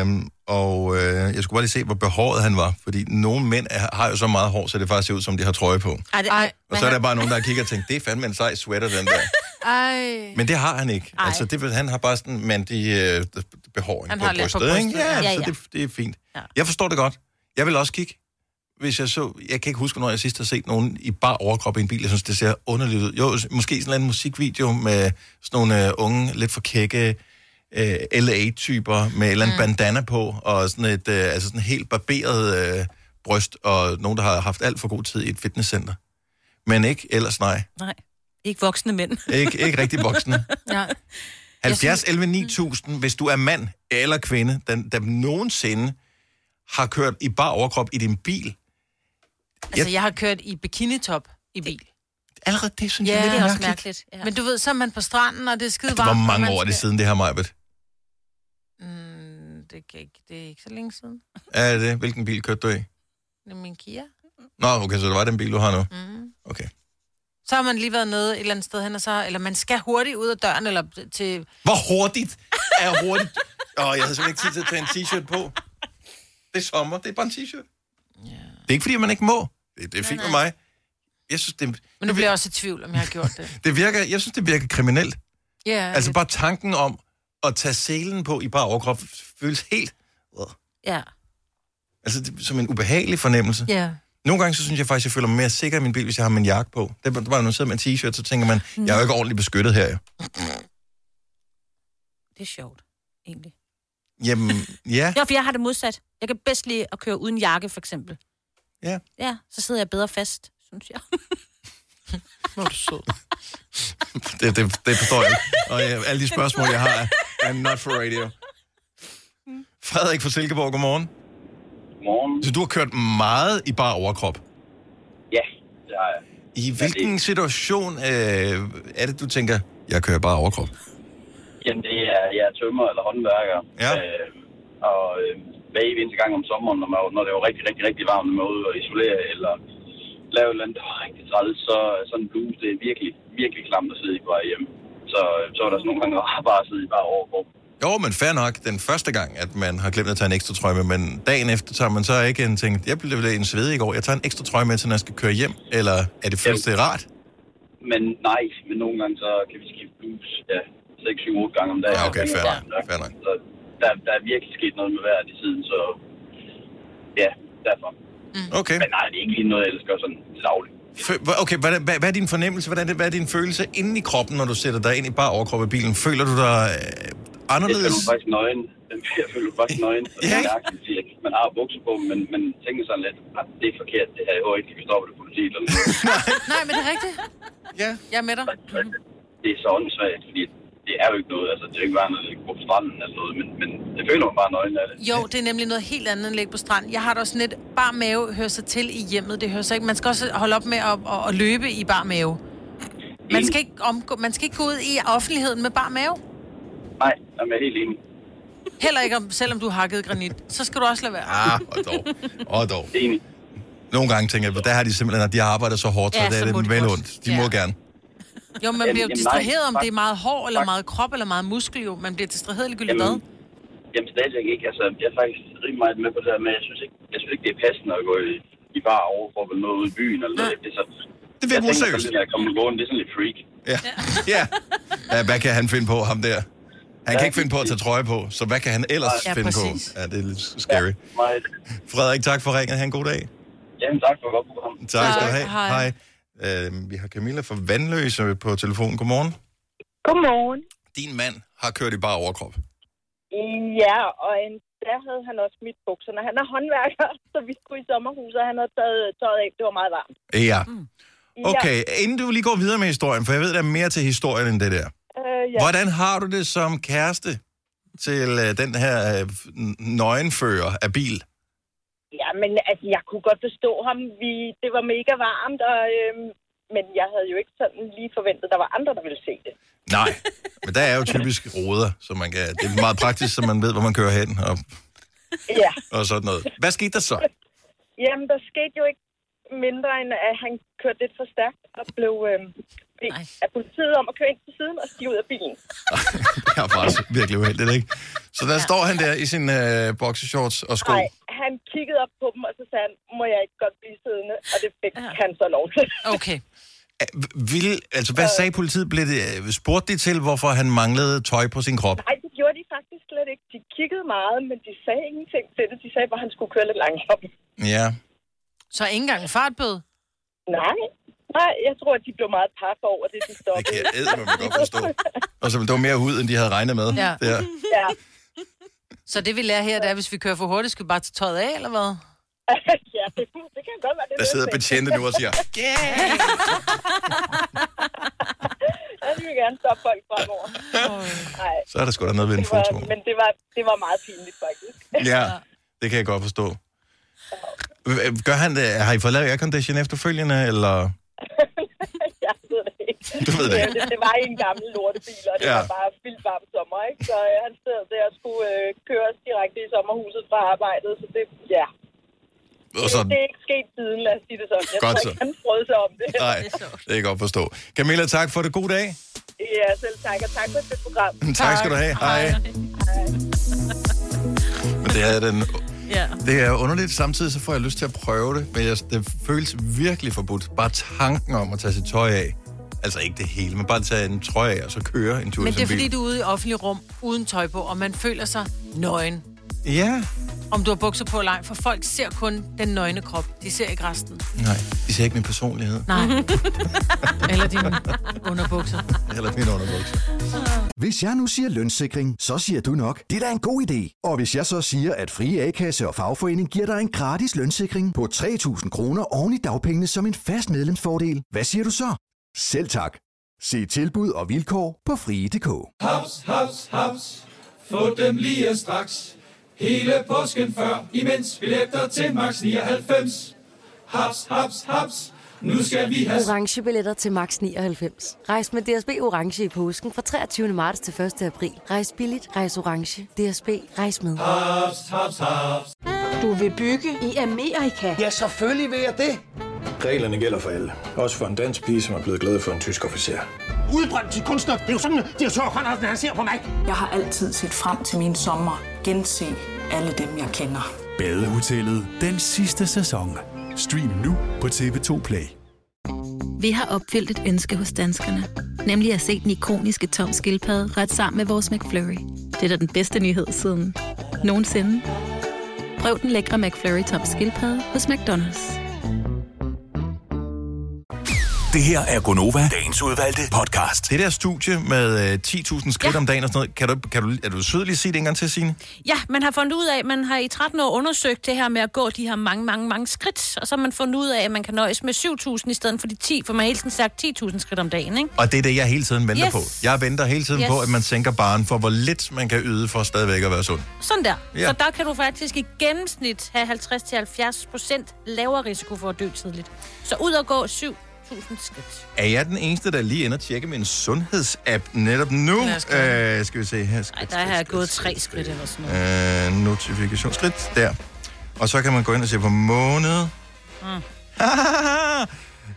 [SPEAKER 1] Øhm, og øh, jeg skulle bare lige se, hvor behåret han var. Fordi nogle mænd er, har jo så meget hår, så det faktisk ser ud, som de har trøje på.
[SPEAKER 3] Ej, det, ej,
[SPEAKER 1] Og så er der bare nogen, der kigger og tænker, det er fandme en sej sweater, den der.
[SPEAKER 2] Øh, Ej.
[SPEAKER 1] Men det har han ikke. Ej. Altså, det, ved- han har bare sådan en mandig øh, behåring
[SPEAKER 2] Han
[SPEAKER 1] på
[SPEAKER 2] har
[SPEAKER 1] brystet.
[SPEAKER 2] lidt på
[SPEAKER 1] ikke?
[SPEAKER 2] brystet, ja.
[SPEAKER 1] Ja, ja,
[SPEAKER 2] Ja,
[SPEAKER 1] så
[SPEAKER 2] ja.
[SPEAKER 1] det, det er fint. Ja. Jeg forstår det godt. Jeg vil også kigge. Hvis jeg så, jeg kan ikke huske, når jeg sidst har set nogen i bar overkrop i en bil. Jeg synes, det ser underligt ud. Jo, s- måske sådan en eller anden musikvideo med sådan nogle øh, unge, lidt for kække øh, LA-typer med en eller anden mm. bandana på, og sådan et øh, altså sådan helt barberet øh, bryst, og nogen, der har haft alt for god tid i et fitnesscenter. Men ikke ellers nej.
[SPEAKER 3] Nej, ikke voksne mænd.
[SPEAKER 1] Ikke, ikke rigtig voksne.
[SPEAKER 2] Ja.
[SPEAKER 1] 70 11 9000, hvis du er mand eller kvinde, der, der nogensinde har kørt i bar overkrop i din bil.
[SPEAKER 2] Altså, jeg har kørt i bikinitop i bil.
[SPEAKER 1] Allerede det, synes
[SPEAKER 2] ja,
[SPEAKER 1] jeg,
[SPEAKER 2] det er også
[SPEAKER 1] mærkeligt. Altså,
[SPEAKER 2] mærkeligt. Ja. Men du ved, så er man på stranden, og det er skide varmt.
[SPEAKER 1] Hvor
[SPEAKER 2] og
[SPEAKER 1] mange
[SPEAKER 2] man
[SPEAKER 1] år er det
[SPEAKER 2] skal-
[SPEAKER 1] siden, det her, Majbet?
[SPEAKER 2] Mm, det, kan ikke, det er ikke så længe siden.
[SPEAKER 1] Er det? Hvilken bil kørte du i?
[SPEAKER 2] Det er min Kia.
[SPEAKER 1] Nå, okay, så det var den bil, du har nu.
[SPEAKER 2] Mm.
[SPEAKER 1] Okay.
[SPEAKER 2] Så har man lige været nede et eller andet sted hen, og så, eller man skal hurtigt ud af døren, eller til...
[SPEAKER 1] Hvor hurtigt er hurtigt? Åh, oh, jeg havde simpelthen ikke tid til at tage en t-shirt på. Det er sommer, det er bare en t-shirt. Det er ikke, fordi man ikke må. Det, det er fint med mig. Jeg synes, det,
[SPEAKER 2] Men nu bliver jeg også i tvivl, om jeg har gjort det.
[SPEAKER 1] det virker, jeg synes, det virker kriminelt.
[SPEAKER 2] Ja,
[SPEAKER 1] Altså
[SPEAKER 2] lidt.
[SPEAKER 1] bare tanken om at tage selen på i bare overkrop føles helt
[SPEAKER 3] Ja.
[SPEAKER 1] altså, det, som en ubehagelig fornemmelse.
[SPEAKER 2] Ja.
[SPEAKER 1] Nogle gange så synes jeg faktisk, jeg føler mig mere sikker i min bil, hvis jeg har min jakke på. Det er bare, når man sidder med en t-shirt, så tænker man, jeg er jo ikke ordentligt beskyttet her. jo."
[SPEAKER 3] Det er sjovt, egentlig.
[SPEAKER 1] Jamen, ja.
[SPEAKER 3] Ja, for jeg har det modsat. Jeg kan bedst lide at køre uden jakke, for eksempel.
[SPEAKER 1] Ja.
[SPEAKER 3] Ja, så sidder jeg bedre fast, synes jeg.
[SPEAKER 2] Hvor er du sød.
[SPEAKER 1] Det, det, det forstår jeg ikke. Og jeg, alle de spørgsmål, jeg har, er not for radio. Frederik fra Silkeborg, godmorgen. Godmorgen. Så du har kørt meget i bare overkrop.
[SPEAKER 15] Ja, det har jeg.
[SPEAKER 1] I hvilken situation øh, er det, du tænker, jeg kører bare overkrop?
[SPEAKER 15] Jamen, det er, jeg er tømmer eller håndværker.
[SPEAKER 1] Ja.
[SPEAKER 15] Øh, og øh, hver evig eneste gang om sommeren, når, man, når det var rigtig, rigtig, rigtig varmt, når man var ude og isolere eller lave et eller andet, der var rigtig træls, så sådan en bluse, det er virkelig, virkelig klamt at sidde i på vej hjem. Så, så var der sådan nogle gange, hvor jeg bare sidde i bare over på.
[SPEAKER 1] Jo, men fair nok, den første gang, at man har glemt at tage en ekstra trøje med, men dagen efter tager man så ikke en ting, jeg blev lidt en svede i går, jeg tager en ekstra trøje med, til når jeg skal køre hjem, eller er det føles det rart?
[SPEAKER 15] Men nej, men nogle gange, så kan vi skifte bluse, ja, 6, 7, 8 gange om dagen.
[SPEAKER 1] Ja, okay, fair nok, fair nok.
[SPEAKER 15] Så der, der er virkelig sket noget med vejret i tiden, så ja, derfor.
[SPEAKER 1] Okay.
[SPEAKER 15] Men nej, det er ikke lige noget, jeg elsker sådan til daglig.
[SPEAKER 1] Fø- hva- Okay, hvad, hvad, hvad er din fornemmelse, hvordan, det- hvad er din følelse inde i kroppen, når du sætter dig ind i bare overkrop af bilen? Føler du dig øh,
[SPEAKER 15] Jeg føler
[SPEAKER 1] anderledes?
[SPEAKER 15] mig faktisk nøgen. Jeg føler mig faktisk nøgen. Og det er mærkeligt, fordi jeg- man har bukser på, men man tænker sådan lidt, at det er forkert, det her. Jeg håber ikke, de kan stoppe det politiet. Eller noget.
[SPEAKER 2] Nej, men det er rigtigt.
[SPEAKER 1] Ja.
[SPEAKER 2] Jeg er med dig.
[SPEAKER 15] det er så åndssvagt, fordi det er jo ikke noget. Altså, det er jo ikke værd, når det går på stranden eller noget, men, men jeg føler mig bare nøgen af det.
[SPEAKER 2] Jo, det er nemlig noget helt andet end at ligge på stranden. Jeg har da også lidt bar mave hører sig til i hjemmet. Det hører sig ikke. Man skal også holde op med at, at, at løbe i bar mave. Man skal, ikke omgå, man skal ikke gå ud i offentligheden med bar mave.
[SPEAKER 15] Nej, jamen, jeg er helt enig.
[SPEAKER 2] Heller ikke, om, selvom du har hakket granit. Så skal du også lade være.
[SPEAKER 1] Ah, og dog. Og dog. Nogle gange tænker jeg, der har de simpelthen, at de har arbejdet så hårdt, så
[SPEAKER 2] Ja,
[SPEAKER 1] det
[SPEAKER 2] så
[SPEAKER 1] er
[SPEAKER 2] må
[SPEAKER 1] det
[SPEAKER 2] de
[SPEAKER 1] vel
[SPEAKER 2] godt.
[SPEAKER 1] ondt. De må gerne.
[SPEAKER 2] Jo, man
[SPEAKER 15] Jamen,
[SPEAKER 2] bliver
[SPEAKER 15] jamen,
[SPEAKER 2] jo
[SPEAKER 15] nej,
[SPEAKER 2] distraheret, om
[SPEAKER 15] tak.
[SPEAKER 2] det er meget hår, eller
[SPEAKER 15] Tak.
[SPEAKER 2] meget krop, eller meget muskel, jo. Man bliver distraheret ligegyldigt hvad.
[SPEAKER 15] Jamen stadigvæk ikke. Altså, jeg er faktisk rimelig meget med på det her, men jeg synes ikke, jeg synes ikke det er passende at gå i, i bar over for at være noget ude i byen. Eller noget. Det, er så,
[SPEAKER 1] det
[SPEAKER 15] virker useriøst. Jeg kommer gående, det er sådan lidt freak.
[SPEAKER 1] Ja. ja. ja. Hvad kan han finde på, ham der? Han kan ikke finde på at tage trøje på, så hvad kan han ellers
[SPEAKER 15] Ja,
[SPEAKER 1] finde
[SPEAKER 15] præcis.
[SPEAKER 1] på? Ja, det er lidt scary. Frederik, tak for ringet. Han god dag.
[SPEAKER 15] Jamen tak for godt program.
[SPEAKER 1] Tak skal du
[SPEAKER 16] Tak.
[SPEAKER 1] have.
[SPEAKER 16] Hej.
[SPEAKER 1] Hej. Øh, vi har Camilla fra Vandløse på telefonen. Godmorgen.
[SPEAKER 16] Godmorgen.
[SPEAKER 1] Din mand har kørt i bare overkrop.
[SPEAKER 16] Ja, og en, der havde han også mit bukserne. Han er håndværker, så vi skulle i sommerhuset, og han havde taget tøjet af. Det var meget varmt.
[SPEAKER 1] Ja.
[SPEAKER 16] Ja.
[SPEAKER 1] Okay, inden du lige går videre med historien, for jeg ved, der er mere til historien end det der.
[SPEAKER 16] Øh, ja.
[SPEAKER 1] Hvordan har du det som kæreste til øh, den her øh, n- nøgenfører af bil?
[SPEAKER 16] Ja, men altså, jeg kunne godt forstå ham. Vi, det var mega varmt, og, øhm, men jeg havde jo ikke sådan lige forventet, at der var andre, der ville se det.
[SPEAKER 1] Nej, men der er jo typisk ruder, så man kan, det er meget praktisk, så man ved, hvor man kører hen og,
[SPEAKER 16] Ja,
[SPEAKER 1] og sådan noget. Hvad skete der så?
[SPEAKER 16] jamen der skete jo ikke mindre end, at han kørte lidt for stærkt og blev øhm, bedt af politiet om at køre ind til siden og stige ud af bilen.
[SPEAKER 1] Jeg er faktisk virkelig uheldigt, ikke? Så der ja. står han der i sin øh, boxershorts og sko.
[SPEAKER 16] Nej, han kiggede op på dem, og så sagde han, må jeg ikke godt blive siddende? Og det fik ja. han så lov til.
[SPEAKER 2] Okay.
[SPEAKER 1] Vil, altså,
[SPEAKER 16] Øh.
[SPEAKER 1] hvad sagde politiet? Blev det, øh, spurgte de til, hvorfor han manglede tøj på sin krop?
[SPEAKER 16] Nej, det gjorde de faktisk slet ikke. De kiggede meget, men de sagde ingenting til det. De sagde bare, at han skulle køre lidt langsomt.
[SPEAKER 1] Ja.
[SPEAKER 2] Så ikke engang en fartbøde?
[SPEAKER 16] Nej, nej, jeg tror, at de blev meget paf over det, de stoppede.
[SPEAKER 1] Det kan jeg man godt forstå. Og så det var mere ud, end de havde regnet med.
[SPEAKER 2] Ja.
[SPEAKER 1] Der.
[SPEAKER 16] ja.
[SPEAKER 2] Så det vi lærer her, det er, hvis vi kører for hurtigt, skal vi bare tage tøjet af, eller hvad?
[SPEAKER 16] ja, det, det kan godt være, det
[SPEAKER 1] Der sidder betjente nu og siger,
[SPEAKER 16] Yeah! jeg vil gerne stoppe folk fremover. Nej.
[SPEAKER 1] så er der sgu da noget ved en
[SPEAKER 16] Det var,
[SPEAKER 1] foto.
[SPEAKER 16] men det var, det var meget pinligt, faktisk.
[SPEAKER 1] Ja, det kan jeg godt forstå. Gør han det? Har I fået lavet aircondition efterfølgende, eller?
[SPEAKER 16] jeg ved det ikke.
[SPEAKER 1] Du ved det ikke.
[SPEAKER 16] Det, det var i en gammel lortebil, og det
[SPEAKER 1] Ja.
[SPEAKER 16] ja. var bare vildt varm sommer, ikke? Så øh, han sad der og skulle øh, køre os direkte i sommerhuset fra arbejdet, så det, ja.
[SPEAKER 1] Og så,
[SPEAKER 16] Det, det er ikke sket siden, lad os sige det sådan. Jeg
[SPEAKER 1] Godt
[SPEAKER 16] tror
[SPEAKER 1] så.
[SPEAKER 16] ikke, han frød sig om det.
[SPEAKER 1] nej, det kan jeg godt forstå. Camilla, tak for det. God dag.
[SPEAKER 16] Ja, selv tak, og tak for det program.
[SPEAKER 1] Tak skal du have. Hej. Men det er, den,
[SPEAKER 16] Ja.
[SPEAKER 1] det er underligt. Samtidig så får jeg lyst til at prøve det, men jeg, det føles virkelig forbudt. Bare tanken om at tage sit tøj af. Altså ikke det hele, men bare tage en trøje af og så køre en tur i
[SPEAKER 2] Men det er
[SPEAKER 1] sin
[SPEAKER 2] fordi,
[SPEAKER 1] bil.
[SPEAKER 2] du er ude i offentlig rum uden tøj på, og man føler sig nøgen.
[SPEAKER 1] Ja.
[SPEAKER 2] Om du har bukser på eller ej, for folk ser kun den nøgne krop. De ser ikke resten.
[SPEAKER 1] Nej, det ser ikke min personlighed.
[SPEAKER 2] Nej. eller dine underbukser.
[SPEAKER 1] Eller min underbukser.
[SPEAKER 17] Hvis jeg nu siger lønssikring, så siger du nok, det er da en god idé. Og hvis jeg så siger, at frie A-kasse og fagforening giver dig en gratis lønssikring på 3.000 kroner oven i dagpengene som en fast medlemsfordel, hvad siger du så? Selv tak. Se tilbud og vilkår på frie.dk.
[SPEAKER 11] Haps, haps, haps. Få dem lige straks. Hele påsken før, imens billetter til max 99. Haps, haps, haps. Nu skal vi have
[SPEAKER 18] orange billetter til max 99. Rejs med DSB orange i påsken fra 23. marts til 1. april. Rejs billigt, rejs orange. DSB rejs med.
[SPEAKER 11] Ah. Haps, haps, haps.
[SPEAKER 7] Du vil bygge i Amerika? Ja, selvfølgelig vil jeg det.
[SPEAKER 5] Reglerne gælder for alle. Også for en dansk pige, som er blevet glad for en tysk officer.
[SPEAKER 8] Udbrændt til kunstner. Det er jo sådan, at de har tørt, Conradsen, han ser på mig.
[SPEAKER 9] Jeg har altid set frem til min sommer, gense alle dem, jeg kender.
[SPEAKER 10] Badehotellet den sidste sæson. Stream nu på TV2 Play.
[SPEAKER 19] Vi har opfyldt et ønske hos danskerne. Nemlig at se den ikoniske tom skildpadde ret sammen med vores McFlurry. Det er da den bedste nyhed siden nogensinde. Prøv den lækre McFlurry tom skildpadde hos McDonald's.
[SPEAKER 14] Det her er Gonova, dagens udvalgte podcast.
[SPEAKER 1] Det der studie med øh, 10.000 skridt ja. om dagen og sådan noget, kan du, kan du, er du sød lige at sige det en gang til, Signe?
[SPEAKER 3] Ja, man har fundet ud af, at man har i 13 år undersøgt det her med at gå de her mange, mange, mange skridt. Og så har man fundet ud af, at man kan nøjes med 7.000 i stedet for de 10, for man har hele tiden sagt 10.000 skridt om dagen, ikke?
[SPEAKER 1] Og det er det, jeg hele tiden venter
[SPEAKER 3] Yes.
[SPEAKER 1] på. Jeg venter hele tiden
[SPEAKER 3] Yes.
[SPEAKER 1] på, at man sænker baren for, hvor lidt man kan yde for stadigvæk at være sund.
[SPEAKER 3] Sådan der.
[SPEAKER 1] Ja.
[SPEAKER 3] Ja. Så der kan du faktisk i gennemsnit have 50-70 procent lavere risiko for at dø tidligt. Så ud og gå 7.000 skridt.
[SPEAKER 1] Er jeg den eneste, der lige ender og tjekke min sundhedsapp netop nu?
[SPEAKER 3] Lad os gøre
[SPEAKER 1] Øh, skal vi se her. Skal
[SPEAKER 3] Ej, der har jeg gået tre skridt eller sådan noget.
[SPEAKER 1] Øh, notifikationsskridt der. Og så kan man gå ind og se på måned. Mm.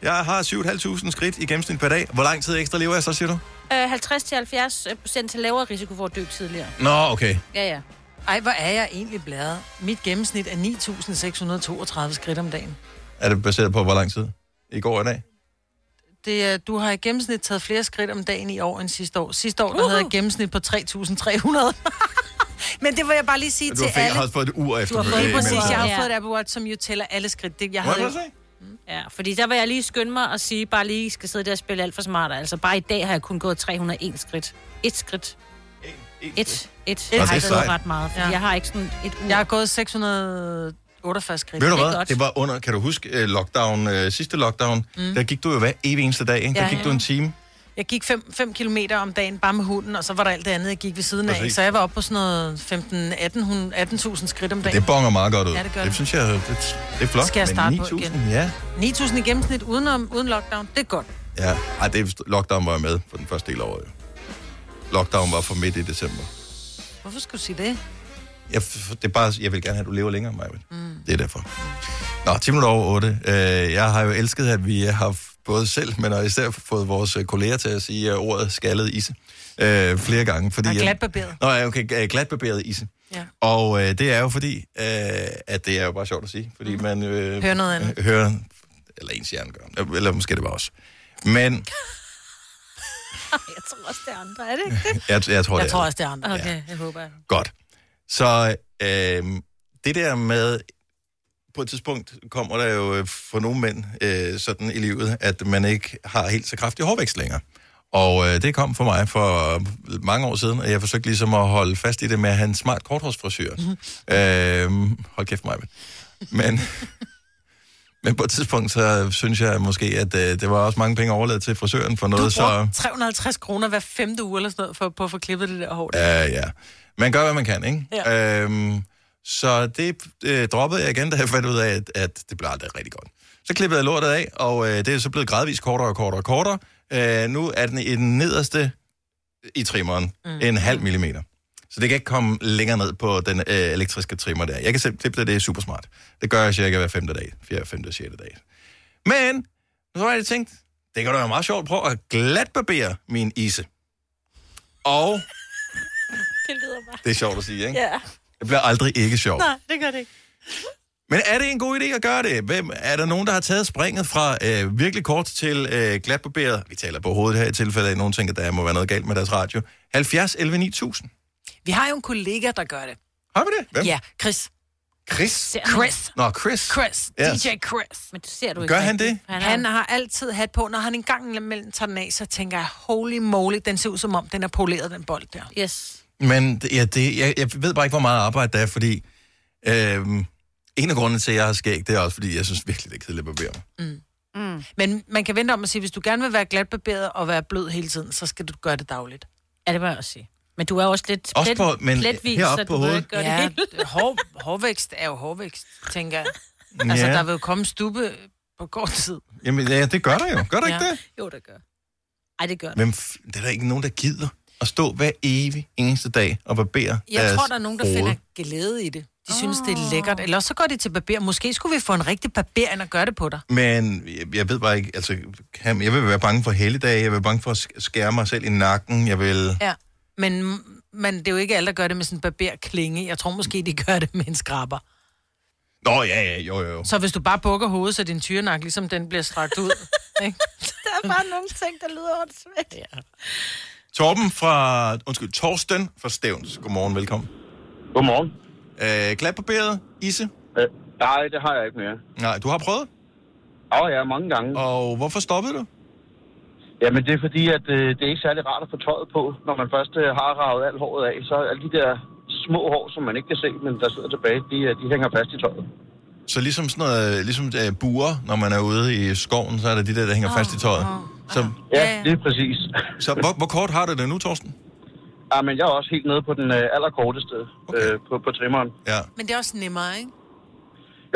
[SPEAKER 1] Jeg har 7.500 skridt i gennemsnit per dag. Hvor lang tid ekstra lever jeg så, siger du?
[SPEAKER 3] Øh, 50-70 procent til lavere risiko for at dø tidligere.
[SPEAKER 1] Nå, okay.
[SPEAKER 3] Ja, ja.
[SPEAKER 2] Ej, hvor er jeg egentlig blæret. Mit gennemsnit er 9.632 skridt om dagen.
[SPEAKER 1] Er det baseret på, hvor lang tid? I går og i dag?
[SPEAKER 2] Det er, du har i gennemsnit taget flere skridt om dagen i år end sidste år. Sidste år, der havde jeg gennemsnit på 3.300. Men det vil jeg bare lige sige
[SPEAKER 1] Du
[SPEAKER 2] til
[SPEAKER 1] har, fik,
[SPEAKER 2] alle.
[SPEAKER 1] har fået et ur efter
[SPEAKER 2] Du har fået lige præcis, jeg har fået et Apple Watch, som jo tæller alle skridt. Det, jeg
[SPEAKER 1] Må jeg
[SPEAKER 2] havde jo...
[SPEAKER 1] godt
[SPEAKER 3] Mm. Ja, fordi der vil jeg lige skynde mig og sige, bare lige skal sidde der og spille alt for smart. Altså, bare i dag har jeg kun gået 301 skridt. Et skridt. Et, et.
[SPEAKER 2] Nå,
[SPEAKER 3] Et har
[SPEAKER 2] det
[SPEAKER 3] jeg
[SPEAKER 2] er
[SPEAKER 3] gået
[SPEAKER 1] sejt.
[SPEAKER 3] ret meget, fordi ja. jeg har ikke sådan et ur.
[SPEAKER 2] Jeg har gået 648 skridt.
[SPEAKER 1] Ved du hvad? Det var under, kan du huske, øh, lockdown, øh, sidste lockdown,
[SPEAKER 2] Mm.
[SPEAKER 1] mm. der gik du jo hver evig eneste dag, ikke? Der
[SPEAKER 2] Ja,
[SPEAKER 1] gik
[SPEAKER 2] ja.
[SPEAKER 1] du en time.
[SPEAKER 2] Jeg gik 5 km om dagen bare med hunden, og så var der alt det andet, jeg gik ved siden af.
[SPEAKER 1] Præcis.
[SPEAKER 2] Så jeg var oppe på sådan noget 15 18 18.000 skridt om dagen.
[SPEAKER 1] Det bonger meget godt ud.
[SPEAKER 2] Ja, det gør
[SPEAKER 1] det.
[SPEAKER 2] det.
[SPEAKER 1] synes jeg, det, det er flot.
[SPEAKER 2] Skal jeg
[SPEAKER 1] Men
[SPEAKER 2] starte på
[SPEAKER 1] 9.000,
[SPEAKER 2] igen?
[SPEAKER 1] Ja,
[SPEAKER 2] 9.000 i gennemsnit uden, uden lockdown. Det er godt.
[SPEAKER 1] ja. Ej, det, lockdown var jeg med for den første del af året. jo. Lockdown var for midt i december.
[SPEAKER 2] Hvorfor skulle du sige det?
[SPEAKER 1] Jeg, det er bare, jeg vil gerne have, at du lever længere, Maja. Mm. Det er derfor. Nå, 10 minutter over 8. Øh, Jeg har jo elsket, at vi har f- både selv, men og især fået vores øh, kolleger til at sige øh, ordet skaldet isse øh, flere gange. Fordi,
[SPEAKER 2] Og
[SPEAKER 1] jeg-
[SPEAKER 2] glatbarberet.
[SPEAKER 1] Nå, ja, okay, g- øh, glatbarberet isse.
[SPEAKER 2] Ja.
[SPEAKER 1] Og øh, det er jo fordi, øh, at det er jo bare sjovt at sige, fordi man øh,
[SPEAKER 2] Mhm. Hører noget andet.
[SPEAKER 1] øh, hører, eller ens hjerne gør, Øh, eller måske det var os. Men
[SPEAKER 3] Jeg tror også, det er andre, er det ikke det?
[SPEAKER 1] jeg, jeg tror,
[SPEAKER 2] Jeg
[SPEAKER 1] det
[SPEAKER 2] tror
[SPEAKER 1] er
[SPEAKER 2] også, det er andre.
[SPEAKER 3] Okay, ja. jeg håber. jeg.
[SPEAKER 1] Godt. Så øh, det der med, på et tidspunkt kommer der jo øh, for nogle mænd øh, sådan i livet, at man ikke har helt så kraftig hårvækst længere. Og øh, det kom for mig for øh, mange år siden, og jeg forsøgte ligesom at holde fast i det med at have en smart korthårsfrisyr. øh, hold kæft mig. Men, men på et tidspunkt, så synes jeg måske, at øh, det var også mange penge overladt til frisøren for noget,
[SPEAKER 2] Du
[SPEAKER 1] så...
[SPEAKER 2] bruger 350 kroner hver femte uge eller sådan noget, for, på at få klippet det der hår. der.
[SPEAKER 1] Ja, ja. Man gør, hvad man kan, ikke? Ja. Øhm, så det øh, droppede jeg igen, da jeg fandt ud af, at, at det blev aldrig rigtig godt. Så klippede jeg lortet af, og øh, det er så blevet gradvist kortere og kortere og kortere. Øh, nu er den i den nederste i trimmeren, mm. en halv millimeter. Så det kan ikke komme længere ned på den øh, elektriske trimmer der. Jeg kan selv klippe det, det er super smart. Det gør jeg cirka hver femte dag. Fjerde, femte, sjette dag. Men, så har jeg tænkt, det kan da være meget sjovt. Prøv at glatbarbere min ise. Og
[SPEAKER 3] Det lyder bare.
[SPEAKER 1] det er sjovt at sige, ikke?
[SPEAKER 3] Ja.
[SPEAKER 1] Det bliver aldrig ikke sjovt.
[SPEAKER 3] Nej, det gør det ikke.
[SPEAKER 1] Men er det en god idé at gøre det? Hvem, er der nogen, der har taget springet fra øh, virkelig kort til øh, glatbarberet? Vi taler på hovedet her i tilfælde af, at nogen tænker, at der må være noget galt med deres radio. 70 11 9000.
[SPEAKER 2] Vi har jo en kollega, der gør det.
[SPEAKER 1] Har vi det? Hvem?
[SPEAKER 2] Ja, Chris.
[SPEAKER 1] Chris?
[SPEAKER 2] Chris.
[SPEAKER 1] Nå, Chris.
[SPEAKER 2] Chris.
[SPEAKER 1] Ja.
[SPEAKER 2] DJ Chris.
[SPEAKER 3] Men det ser du
[SPEAKER 1] ikke Gør han rigtigt. det?
[SPEAKER 2] Han, han har altid hat på. Når han en gang imellem tager den af, så tænker jeg, holy moly, den ser ud som om, den er poleret, den bold der.
[SPEAKER 3] Yes.
[SPEAKER 1] Men det- ja, det, jeg, jeg ved bare ikke, hvor meget arbejde der er, fordi... Øh, en af grundene til, at jeg har skæg, det er også, fordi jeg synes virkelig, det er kedeligt at barbere mig.
[SPEAKER 2] Mm. Men man kan vente om at sige, hvis du gerne vil være glatbarberet og være blød hele tiden, så skal du gøre det dagligt.
[SPEAKER 3] Ja, det må jeg også sige. Men du er også lidt
[SPEAKER 1] Også
[SPEAKER 3] plet,
[SPEAKER 1] på- men
[SPEAKER 3] pletvis,
[SPEAKER 1] heroppe
[SPEAKER 3] så
[SPEAKER 1] på
[SPEAKER 3] du behøver
[SPEAKER 1] hovedet.
[SPEAKER 3] ikke gøre det
[SPEAKER 2] ja,
[SPEAKER 3] hele.
[SPEAKER 2] det- hår, hårvækst er jo hårvækst, tænker jeg. Altså,
[SPEAKER 1] Ja.
[SPEAKER 2] der vil jo komme stube på kort tid.
[SPEAKER 1] Jamen, ja, det gør der jo. Gør der ikke
[SPEAKER 2] Ja.
[SPEAKER 1] det?
[SPEAKER 3] Jo, det gør. Ej, det gør det.
[SPEAKER 1] Hvem, f- det er der ikke nogen, der gider at stå hver evig eneste dag og barbere
[SPEAKER 2] Jeg
[SPEAKER 1] deres
[SPEAKER 2] tror, der er nogen, der
[SPEAKER 1] hoved.
[SPEAKER 2] finder glæde i det. De synes, det er lækkert. Eller også så går de til barber. Måske skulle vi få en rigtig barber ind og gøre det på dig.
[SPEAKER 1] Men jeg, jeg ved bare ikke, altså, kan, jeg vil være bange for helligdage, jeg vil være bange for at sk- skære mig selv i nakken, jeg vil...
[SPEAKER 2] Ja. Men, men det er jo ikke alle, der gør det med sådan en barberklinge. Jeg tror måske, de gør det med en skraber.
[SPEAKER 1] Nå, ja, ja, jo, jo, jo.
[SPEAKER 2] Så hvis du bare bukker hovedet, så din tyrenak, ligesom den bliver strakt ud. ikke?
[SPEAKER 3] Der er bare nogle ting, der lyder åndssvagt. Ja.
[SPEAKER 1] Torben fra, undskyld, Torsten fra Stævns. Godmorgen, velkommen.
[SPEAKER 20] Godmorgen.
[SPEAKER 1] Øh, glatbarberet, Isse?
[SPEAKER 20] Øh, nej, det har jeg ikke mere.
[SPEAKER 1] Nej, du har prøvet?
[SPEAKER 20] Åh oh, ja, mange gange.
[SPEAKER 1] Og hvorfor stoppede du?
[SPEAKER 20] Jamen, det er fordi, at øh, det er ikke særlig rart at få tøjet på. Når man først øh, har ravet alt håret af, så alle de der små hår, som man ikke kan se, men der sidder tilbage, de, øh, de hænger fast i tøjet.
[SPEAKER 1] Så ligesom sådan noget, ligesom uh, buer, når man er ude i skoven, så er der de der, der hænger fast i tøjet. Så,
[SPEAKER 20] Ja, det er præcis.
[SPEAKER 1] så hvor, hvor kort har du det nu, Torsten?
[SPEAKER 20] Ja, men jeg er også helt nede på den øh, allerkorteste okay. øh, på, på trimmeren.
[SPEAKER 1] Ja.
[SPEAKER 2] Men det er også nemmere, ikke?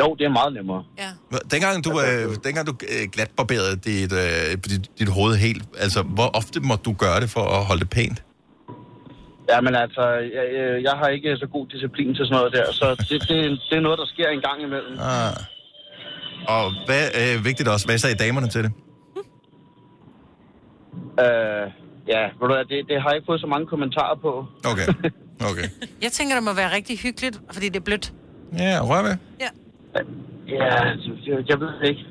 [SPEAKER 20] Jo, det er meget nemmere.
[SPEAKER 1] Hva- Dengang du, øh, dengang du øh, glatbarberede dit, øh, dit, dit hoved helt, altså hvor ofte måtte du gøre det for at holde det pænt?
[SPEAKER 20] Ja, men altså, jeg, øh, jeg har ikke så god disciplin til sådan noget der, så det, det, er- det er noget, der sker en gang imellem.
[SPEAKER 1] Ah. Og hvad er øh, vigtigt også, hvad sagde damerne til det?
[SPEAKER 20] Øh, ja, ved du hvad, det, det har jeg ikke fået så mange kommentarer på.
[SPEAKER 1] Okay, okay.
[SPEAKER 2] Jeg tænker, det må være rigtig hyggeligt, fordi det er blødt.
[SPEAKER 1] Ja, rør ved.
[SPEAKER 20] Ja, altså, jeg, jeg ved det ikke.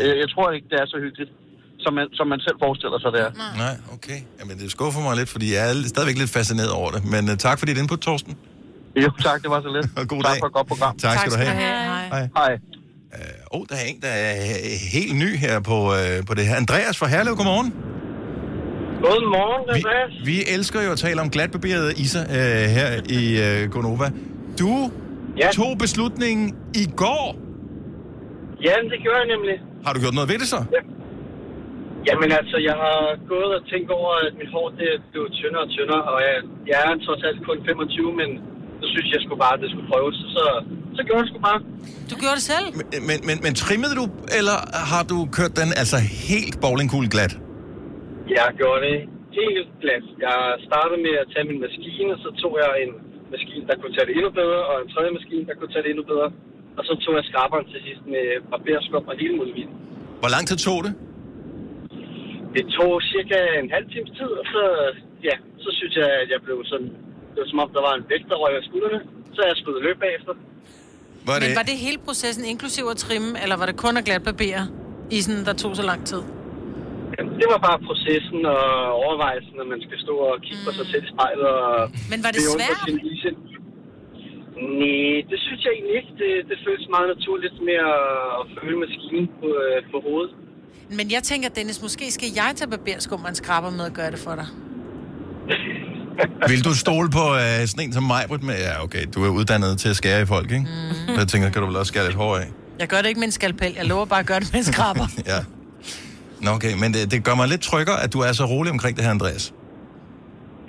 [SPEAKER 20] Øh, Jeg tror ikke, det er så hyggeligt, som man, som man selv forestiller sig, det er.
[SPEAKER 1] Nej, okay. Jamen, det skuffer mig lidt, fordi jeg er stadigvæk lidt fascineret over det. Men uh, tak for dit input, Torsten.
[SPEAKER 20] Jo, tak. Det var så lidt.
[SPEAKER 1] Og god tak dag. for et
[SPEAKER 20] godt program.
[SPEAKER 1] Tak, tak skal du have.
[SPEAKER 2] Hej.
[SPEAKER 1] Hej.
[SPEAKER 20] Hej.
[SPEAKER 1] Uh, oh, der er en, der er øh, helt ny her på, uh, på det her. Andreas fra Herlev, godmorgen.
[SPEAKER 21] Godmorgen,
[SPEAKER 1] Andreas. Vi, vi elsker jo at tale om glatbarberede iser uh, her i uh, Gonova. Du ja. tog beslutningen i går.
[SPEAKER 21] Ja, det gjorde jeg nemlig.
[SPEAKER 1] Har du gjort noget ved det så?
[SPEAKER 21] Jamen altså, jeg har gået og tænkt over, at mit hår det blev tyndere og tyndere, og jeg, jeg er trods alt kun 25, men så synes jeg sgu bare, at det skulle prøves, så, så gjorde jeg sgu bare.
[SPEAKER 2] Du gjorde det selv?
[SPEAKER 1] Men, men, men, men trimmede du, eller har du kørt den altså helt bowlingkugle glat?
[SPEAKER 21] Jeg gjorde det helt glat. Jeg startede med at tage min maskine, og så tog jeg en maskine, der kunne tage det endnu bedre, og en tredje maskine, der kunne tage det endnu bedre. Og så tog jeg skraberen til sidst med barberskum og hele muligheden.
[SPEAKER 1] Hvor lang tid tog det?
[SPEAKER 21] Det tog cirka en halv times tid, og så, ja, så synes jeg, at jeg blev sådan... Det var som om, der var en vægt, der røg af skuldrene. Så jeg skød løb bagefter.
[SPEAKER 1] Var
[SPEAKER 2] Men var det hele processen inklusiv at trimme, eller var det kun at glatbarbere isen, der tog så lang tid?
[SPEAKER 21] Det var bare processen og overvejelsen, at man skal stå og kigge på sig selv i spejlet. Og
[SPEAKER 2] Mm. Men var det
[SPEAKER 21] beundre
[SPEAKER 2] svært?
[SPEAKER 21] sin ise. Nej, det synes jeg egentlig ikke. Det, det føles meget naturligt med at- at føle maskinen på, øh, på hovedet.
[SPEAKER 2] Men jeg tænker, Dennis, måske skal jeg tage barberskum og en skraber med og gøre det for dig.
[SPEAKER 1] Vil du stole på øh, sådan en som mig, Britt? Med? Ja, okay, du er uddannet til at skære i folk, ikke? Mm. Så jeg tænker, kan du vel også skære lidt hår af?
[SPEAKER 2] Jeg gør det ikke med en skalpel. Jeg lover bare at gøre det med en skraber.
[SPEAKER 1] Ja. Nå, okay, men det, det gør mig lidt tryggere, at du er så rolig omkring det her, Andreas.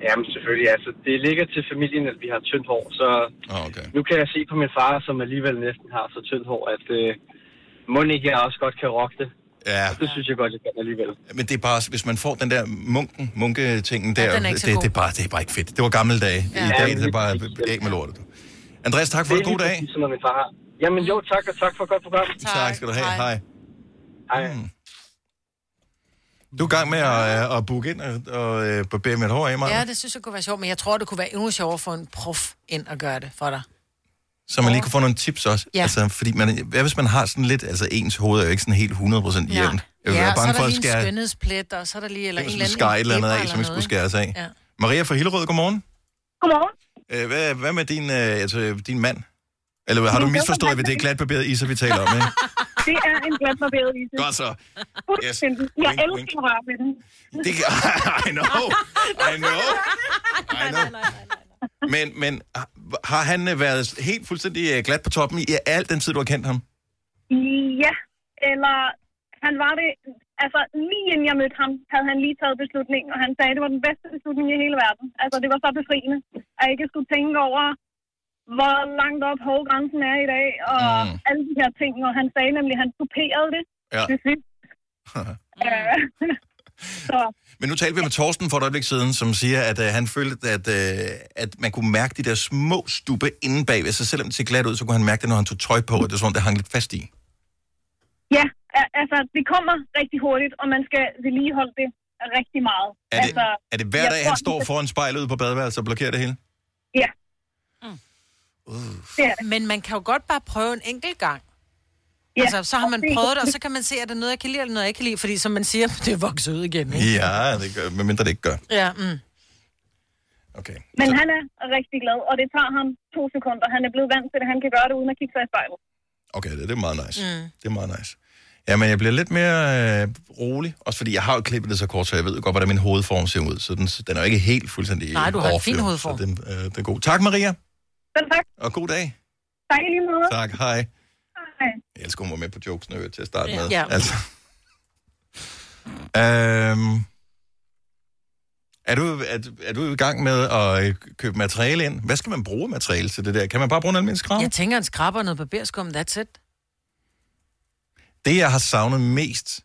[SPEAKER 21] Jamen selvfølgelig, altså det ligger til familien, at vi har tyndt hår, så
[SPEAKER 1] Ah, okay.
[SPEAKER 21] nu kan jeg se på min far, som alligevel næsten har så tyndt hår, at øh, må ikke jeg også godt kan rocke det.
[SPEAKER 1] Ja.
[SPEAKER 21] Og det synes jeg godt, jeg kan alligevel.
[SPEAKER 1] Men det er bare, hvis man får den der munken, munketingen der,
[SPEAKER 21] Ja, den er
[SPEAKER 1] det,
[SPEAKER 21] ikke så
[SPEAKER 1] det,
[SPEAKER 21] god.
[SPEAKER 1] er bare, det er bare ikke fedt. Det var gamle dage.
[SPEAKER 21] Ja.
[SPEAKER 1] I dag
[SPEAKER 21] Ja,
[SPEAKER 1] det er
[SPEAKER 21] lige
[SPEAKER 1] det bare af med lortet. Andreas, tak for
[SPEAKER 21] det
[SPEAKER 1] en god dag.
[SPEAKER 21] Som min far har. Jamen jo, tak, og tak for et godt program.
[SPEAKER 1] Tak, tak skal du have. Hej.
[SPEAKER 21] Hej.
[SPEAKER 1] Mm. Du er i gang med at, øh, at booke ind og, og øh, barbere mit hår af mig,
[SPEAKER 2] Ja, det synes jeg kunne være sjovt, men jeg tror, det kunne være endnu sjovere for en prof ind at gøre det for dig.
[SPEAKER 1] så man lige kan få nogle tips også.
[SPEAKER 2] Ja.
[SPEAKER 1] Altså, fordi man, hvad hvis man har sådan lidt, altså ens hoved er jo ikke sådan helt 100% jævnt. Jeg vil
[SPEAKER 2] ja,
[SPEAKER 1] være
[SPEAKER 2] så er
[SPEAKER 1] bange for
[SPEAKER 2] der
[SPEAKER 1] at
[SPEAKER 2] lige en
[SPEAKER 1] skære,
[SPEAKER 2] skønhedsplet, og så er der lige... Eller en eller
[SPEAKER 1] skulle
[SPEAKER 2] anden
[SPEAKER 1] skære et eller andet
[SPEAKER 2] læber
[SPEAKER 1] af, som ikke skulle skæres af.
[SPEAKER 2] Ja.
[SPEAKER 1] Maria fra Hillerød, godmorgen.
[SPEAKER 22] Godmorgen.
[SPEAKER 1] Øh, Hvad, hvad med din, øh, altså, din mand? Eller har du
[SPEAKER 22] Min
[SPEAKER 1] misforstået, hvad det er glatbarberet iser, vi taler om, ikke?
[SPEAKER 22] Det er en glatbarberet ise.
[SPEAKER 1] Godt så. Yes.
[SPEAKER 22] Fuldstændig. Jeg
[SPEAKER 1] Wink,
[SPEAKER 22] elsker at røre ved den.
[SPEAKER 1] Det kan, I know, I know, I know. Men, men ah, har han øh, været helt fuldstændig øh, glat på toppen i al den tid, du har kendt ham?
[SPEAKER 22] Ja, eller han var det... Altså, lige inden jeg mødte ham, havde han lige taget beslutningen, og han sagde, at det var den bedste beslutning i hele verden. Altså, det var så befriende, at jeg ikke skulle tænke over, hvor langt op hovgrænsen er i dag, og mm. alle de her ting. Og han sagde nemlig, at han kuperede det
[SPEAKER 1] Ja.
[SPEAKER 22] til sidst. Øh, så
[SPEAKER 1] Men nu talte vi med Torsten for et øjeblik siden, som siger, at øh, han følte, at, øh, at man kunne mærke de der små stube inde bagved. Så selvom det ser glat ud, så kunne han mærke det, når han tog tøj på, og det var sådan, det hang lidt fast i.
[SPEAKER 22] ja, a- altså, det kommer rigtig hurtigt, og man skal vedligeholde det rigtig meget.
[SPEAKER 1] Er det,
[SPEAKER 22] altså,
[SPEAKER 1] er det hver
[SPEAKER 22] jeg
[SPEAKER 1] dag,
[SPEAKER 22] tror,
[SPEAKER 1] han står foran spejlet ude på badeværelset og blokerer det hele?
[SPEAKER 22] Ja, Uh.
[SPEAKER 2] Men man kan jo godt bare prøve en enkelt gang.
[SPEAKER 22] Ja,
[SPEAKER 2] Ja, altså, så har man
[SPEAKER 22] og det-
[SPEAKER 2] prøvet det, og så kan man se, er det noget, jeg kan lide, eller noget, jeg ikke kan lide. Fordi som man siger, det er vokset ud igen, ikke?
[SPEAKER 1] Ja, det gør, medmindre det ikke gør.
[SPEAKER 2] Ja, mm.
[SPEAKER 1] Okay.
[SPEAKER 22] Men han er rigtig glad, og det tager ham to sekunder. Han er blevet vant til det. Han kan gøre det uden at kigge sig i spejlet.
[SPEAKER 1] Okay, det, det er meget nice.
[SPEAKER 22] Mm.
[SPEAKER 1] Mm. Det er meget nice. Ja, men jeg bliver lidt mere øh, rolig, også fordi jeg har jo klippet det så kort, så jeg ved jo godt, hvordan min hovedform ser ud. Så den, den er jo ikke helt fuldstændig
[SPEAKER 22] Nej, du har en
[SPEAKER 1] overført,
[SPEAKER 22] fin hovedform.
[SPEAKER 1] Så den, øh, den er god. Tak, Maria,
[SPEAKER 22] Selv tak.
[SPEAKER 1] og god dag.
[SPEAKER 22] Tak i lige måde.
[SPEAKER 1] Tak, hej.
[SPEAKER 22] Hej.
[SPEAKER 1] Jeg elsker, hun var med på jokesene øh, til at starte
[SPEAKER 22] Ja.
[SPEAKER 1] med.
[SPEAKER 22] Ja.
[SPEAKER 1] Altså. øhm, er, du, er, er du i gang med at øh, købe materiale ind? Hvad skal man bruge af materiale til det der? Kan man bare bruge en almindelig skrab?
[SPEAKER 2] Jeg tænker, en skraber og noget barberskum, that's it.
[SPEAKER 1] Det, jeg har savnet mest,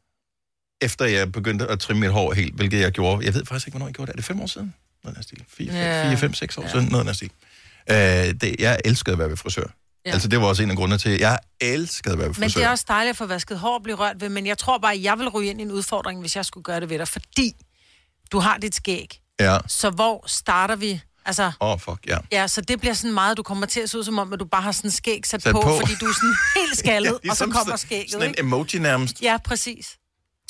[SPEAKER 1] efter jeg begyndte at trimme mit hår helt, hvilket jeg gjorde, jeg ved faktisk ikke, hvornår jeg gjorde det. Er det fem år siden? Noget af den stil. Fire,
[SPEAKER 2] Ja.
[SPEAKER 1] fire, fem, seks år siden? Noget af den stil. Øh, det, jeg Øh, elskede at være ved frisør. Ja. Altså, det var også en af grundene til, at jeg elskede at være frisør.
[SPEAKER 2] Men det er også dejligt at få vasket hår og blive rørt ved, men jeg tror bare, at jeg vil ryge ind i en udfordring, hvis jeg skulle gøre det ved dig, fordi du har dit skæg.
[SPEAKER 1] Ja.
[SPEAKER 2] Så hvor starter vi? Altså,
[SPEAKER 1] Åh, oh, fuck, ja.
[SPEAKER 2] ja, så det bliver sådan meget, du kommer til at se ud som om, at du bare har sådan skæg sat,
[SPEAKER 1] Sat
[SPEAKER 2] på,
[SPEAKER 1] på.
[SPEAKER 2] fordi du er sådan helt skaldet, ja, og så
[SPEAKER 1] ligesom
[SPEAKER 2] kommer
[SPEAKER 1] sådan-
[SPEAKER 2] skægget,
[SPEAKER 1] Sådan en
[SPEAKER 2] ikke?
[SPEAKER 1] emoji nærmest.
[SPEAKER 2] Ja, præcis.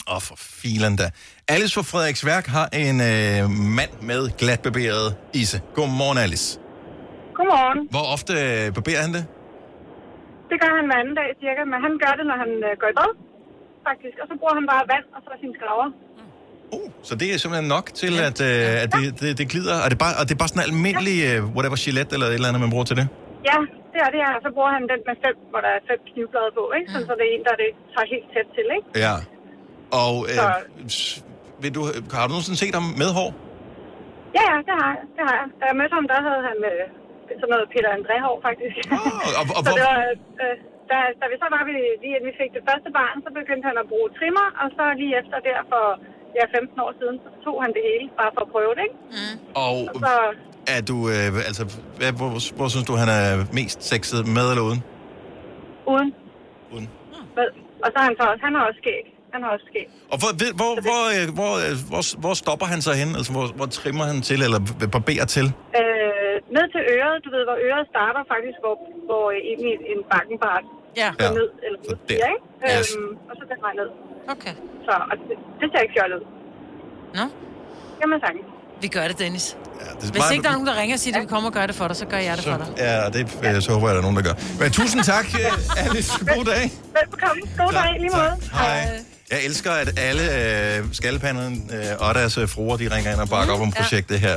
[SPEAKER 1] Åh, oh, for filen da. Alice fra Frederiks Værk har en øh, mand med glatbarberet isse. Godmorgen, Alice.
[SPEAKER 4] Godmorgen.
[SPEAKER 1] Hvor ofte øh, barberer han det?
[SPEAKER 4] Det gør han hver anden dag cirka, men han gør det, når han øh, går i bad, faktisk. Og så bruger han bare vand og så sine skraver.
[SPEAKER 1] Så det er simpelthen nok til, at, øh, at det, det, det glider. Og det, er bare, og det er bare sådan en almindelig, øh, whatever, gillette eller et eller andet, man bruger til det.
[SPEAKER 4] Ja, det er det her. Og så bruger han den med fem, hvor der er fem knivblade på, ikke? Sådan, så det er en, der det tager helt tæt til, ikke?
[SPEAKER 1] Ja. Og øh,
[SPEAKER 4] Så-
[SPEAKER 1] s- vil du, har du nogensinde set ham med hår?
[SPEAKER 4] Ja, ja, det har, jeg. det har jeg. Da jeg mødte ham, der havde han øh, sådan noget Peter André hår, faktisk.
[SPEAKER 1] og,
[SPEAKER 4] så
[SPEAKER 1] og hvor-
[SPEAKER 4] det var, øh, da, da vi så var vi, lige inden vi fik det første barn, så begyndte han at bruge trimmer, og så lige efter der for ja, 15 år siden, så tog han det hele, bare for at prøve det, ikke? Mm.
[SPEAKER 1] Og
[SPEAKER 4] Og så,
[SPEAKER 1] er du, øh, altså, hvad, hvor, hvor synes du, han er mest sexet, med eller uden?
[SPEAKER 4] Uden.
[SPEAKER 1] Uden.
[SPEAKER 4] Med. Og så er han så også, han har også skæg. Han har også skæg.
[SPEAKER 1] Og hvor, ved, hvor, hvor, øh, hvor, øh, hvor, hvor stopper han sig hen? Altså, hvor, hvor trimmer han til, eller b- barberer til?
[SPEAKER 4] Øh, ned til øret, du ved, hvor øret starter faktisk, hvor, hvor øh, egentlig en- en bakkenbart
[SPEAKER 2] ja.
[SPEAKER 4] går
[SPEAKER 1] Ja.
[SPEAKER 4] ned. Eller, så
[SPEAKER 1] der.
[SPEAKER 4] Ja, ikke?
[SPEAKER 1] Yes.
[SPEAKER 4] Øhm, og så den vej ned.
[SPEAKER 2] Okay.
[SPEAKER 4] Så og det, det ser ikke fjollet ud.
[SPEAKER 2] Nå?
[SPEAKER 4] Jamen sagtens.
[SPEAKER 2] Vi gør det, Dennis.
[SPEAKER 1] det er
[SPEAKER 2] Hvis
[SPEAKER 1] meget-
[SPEAKER 2] ikke der er nogen, der ringer og siger, at vi kommer og gør det for dig, så gør jeg det for dig.
[SPEAKER 1] Ja, det øh, så håber jeg, der er nogen, der gør. Men tusind tak, øh, Alice. God dag.
[SPEAKER 4] Velbekomme. God
[SPEAKER 1] Tak,
[SPEAKER 4] dag, lige måde.
[SPEAKER 1] Hej. Jeg elsker, at alle øh, skallepanderne øh, og deres øh, fruer, de ringer ind og bakker op om
[SPEAKER 2] Mm, ja.
[SPEAKER 1] projektet her.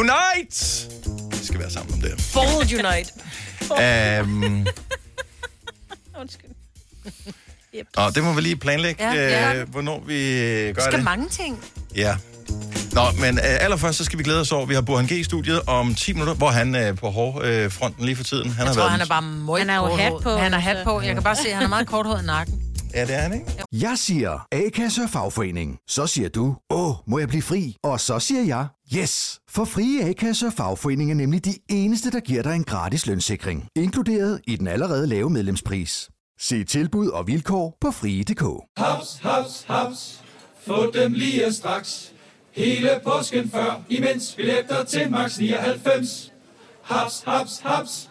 [SPEAKER 1] Unite! Vi skal være sammen om det.
[SPEAKER 2] Bold Unite.
[SPEAKER 1] Um,
[SPEAKER 3] Undskyld. Yep.
[SPEAKER 1] og det må vi lige planlægge,
[SPEAKER 2] Ja,
[SPEAKER 1] ja,
[SPEAKER 2] ja.
[SPEAKER 1] ja. Øh, hvornår vi
[SPEAKER 2] Du
[SPEAKER 1] gør
[SPEAKER 2] skal
[SPEAKER 1] det.
[SPEAKER 2] mange ting.
[SPEAKER 1] Ja. Nå, men øh, allerførst så skal vi glæde os over, at vi har Burhan G i studiet om 10 minutter, hvor han er øh, på hårfronten øh, fronten lige for tiden. Han
[SPEAKER 2] Jeg
[SPEAKER 1] har
[SPEAKER 2] tror,
[SPEAKER 1] været
[SPEAKER 2] han er bare møg
[SPEAKER 3] Han har jo hat på,
[SPEAKER 2] Han har
[SPEAKER 3] så-
[SPEAKER 2] hat på. altså. Jeg kan bare se, at han har meget kort hår i nakken.
[SPEAKER 1] Ja, det er han, ikke?
[SPEAKER 17] Jeg siger A-kasse og fagforening. Så siger du, åh, må jeg blive fri? Og så siger jeg, yes! For frie A-kasse og fagforening er nemlig de eneste, der giver dig en gratis lønssikring. Inkluderet i den allerede lave medlemspris. Se tilbud og vilkår på frie.dk.
[SPEAKER 11] Haps, haps, haps. Få dem lige straks. Hele påsken før, imens billetter til max 99. Haps, haps, haps.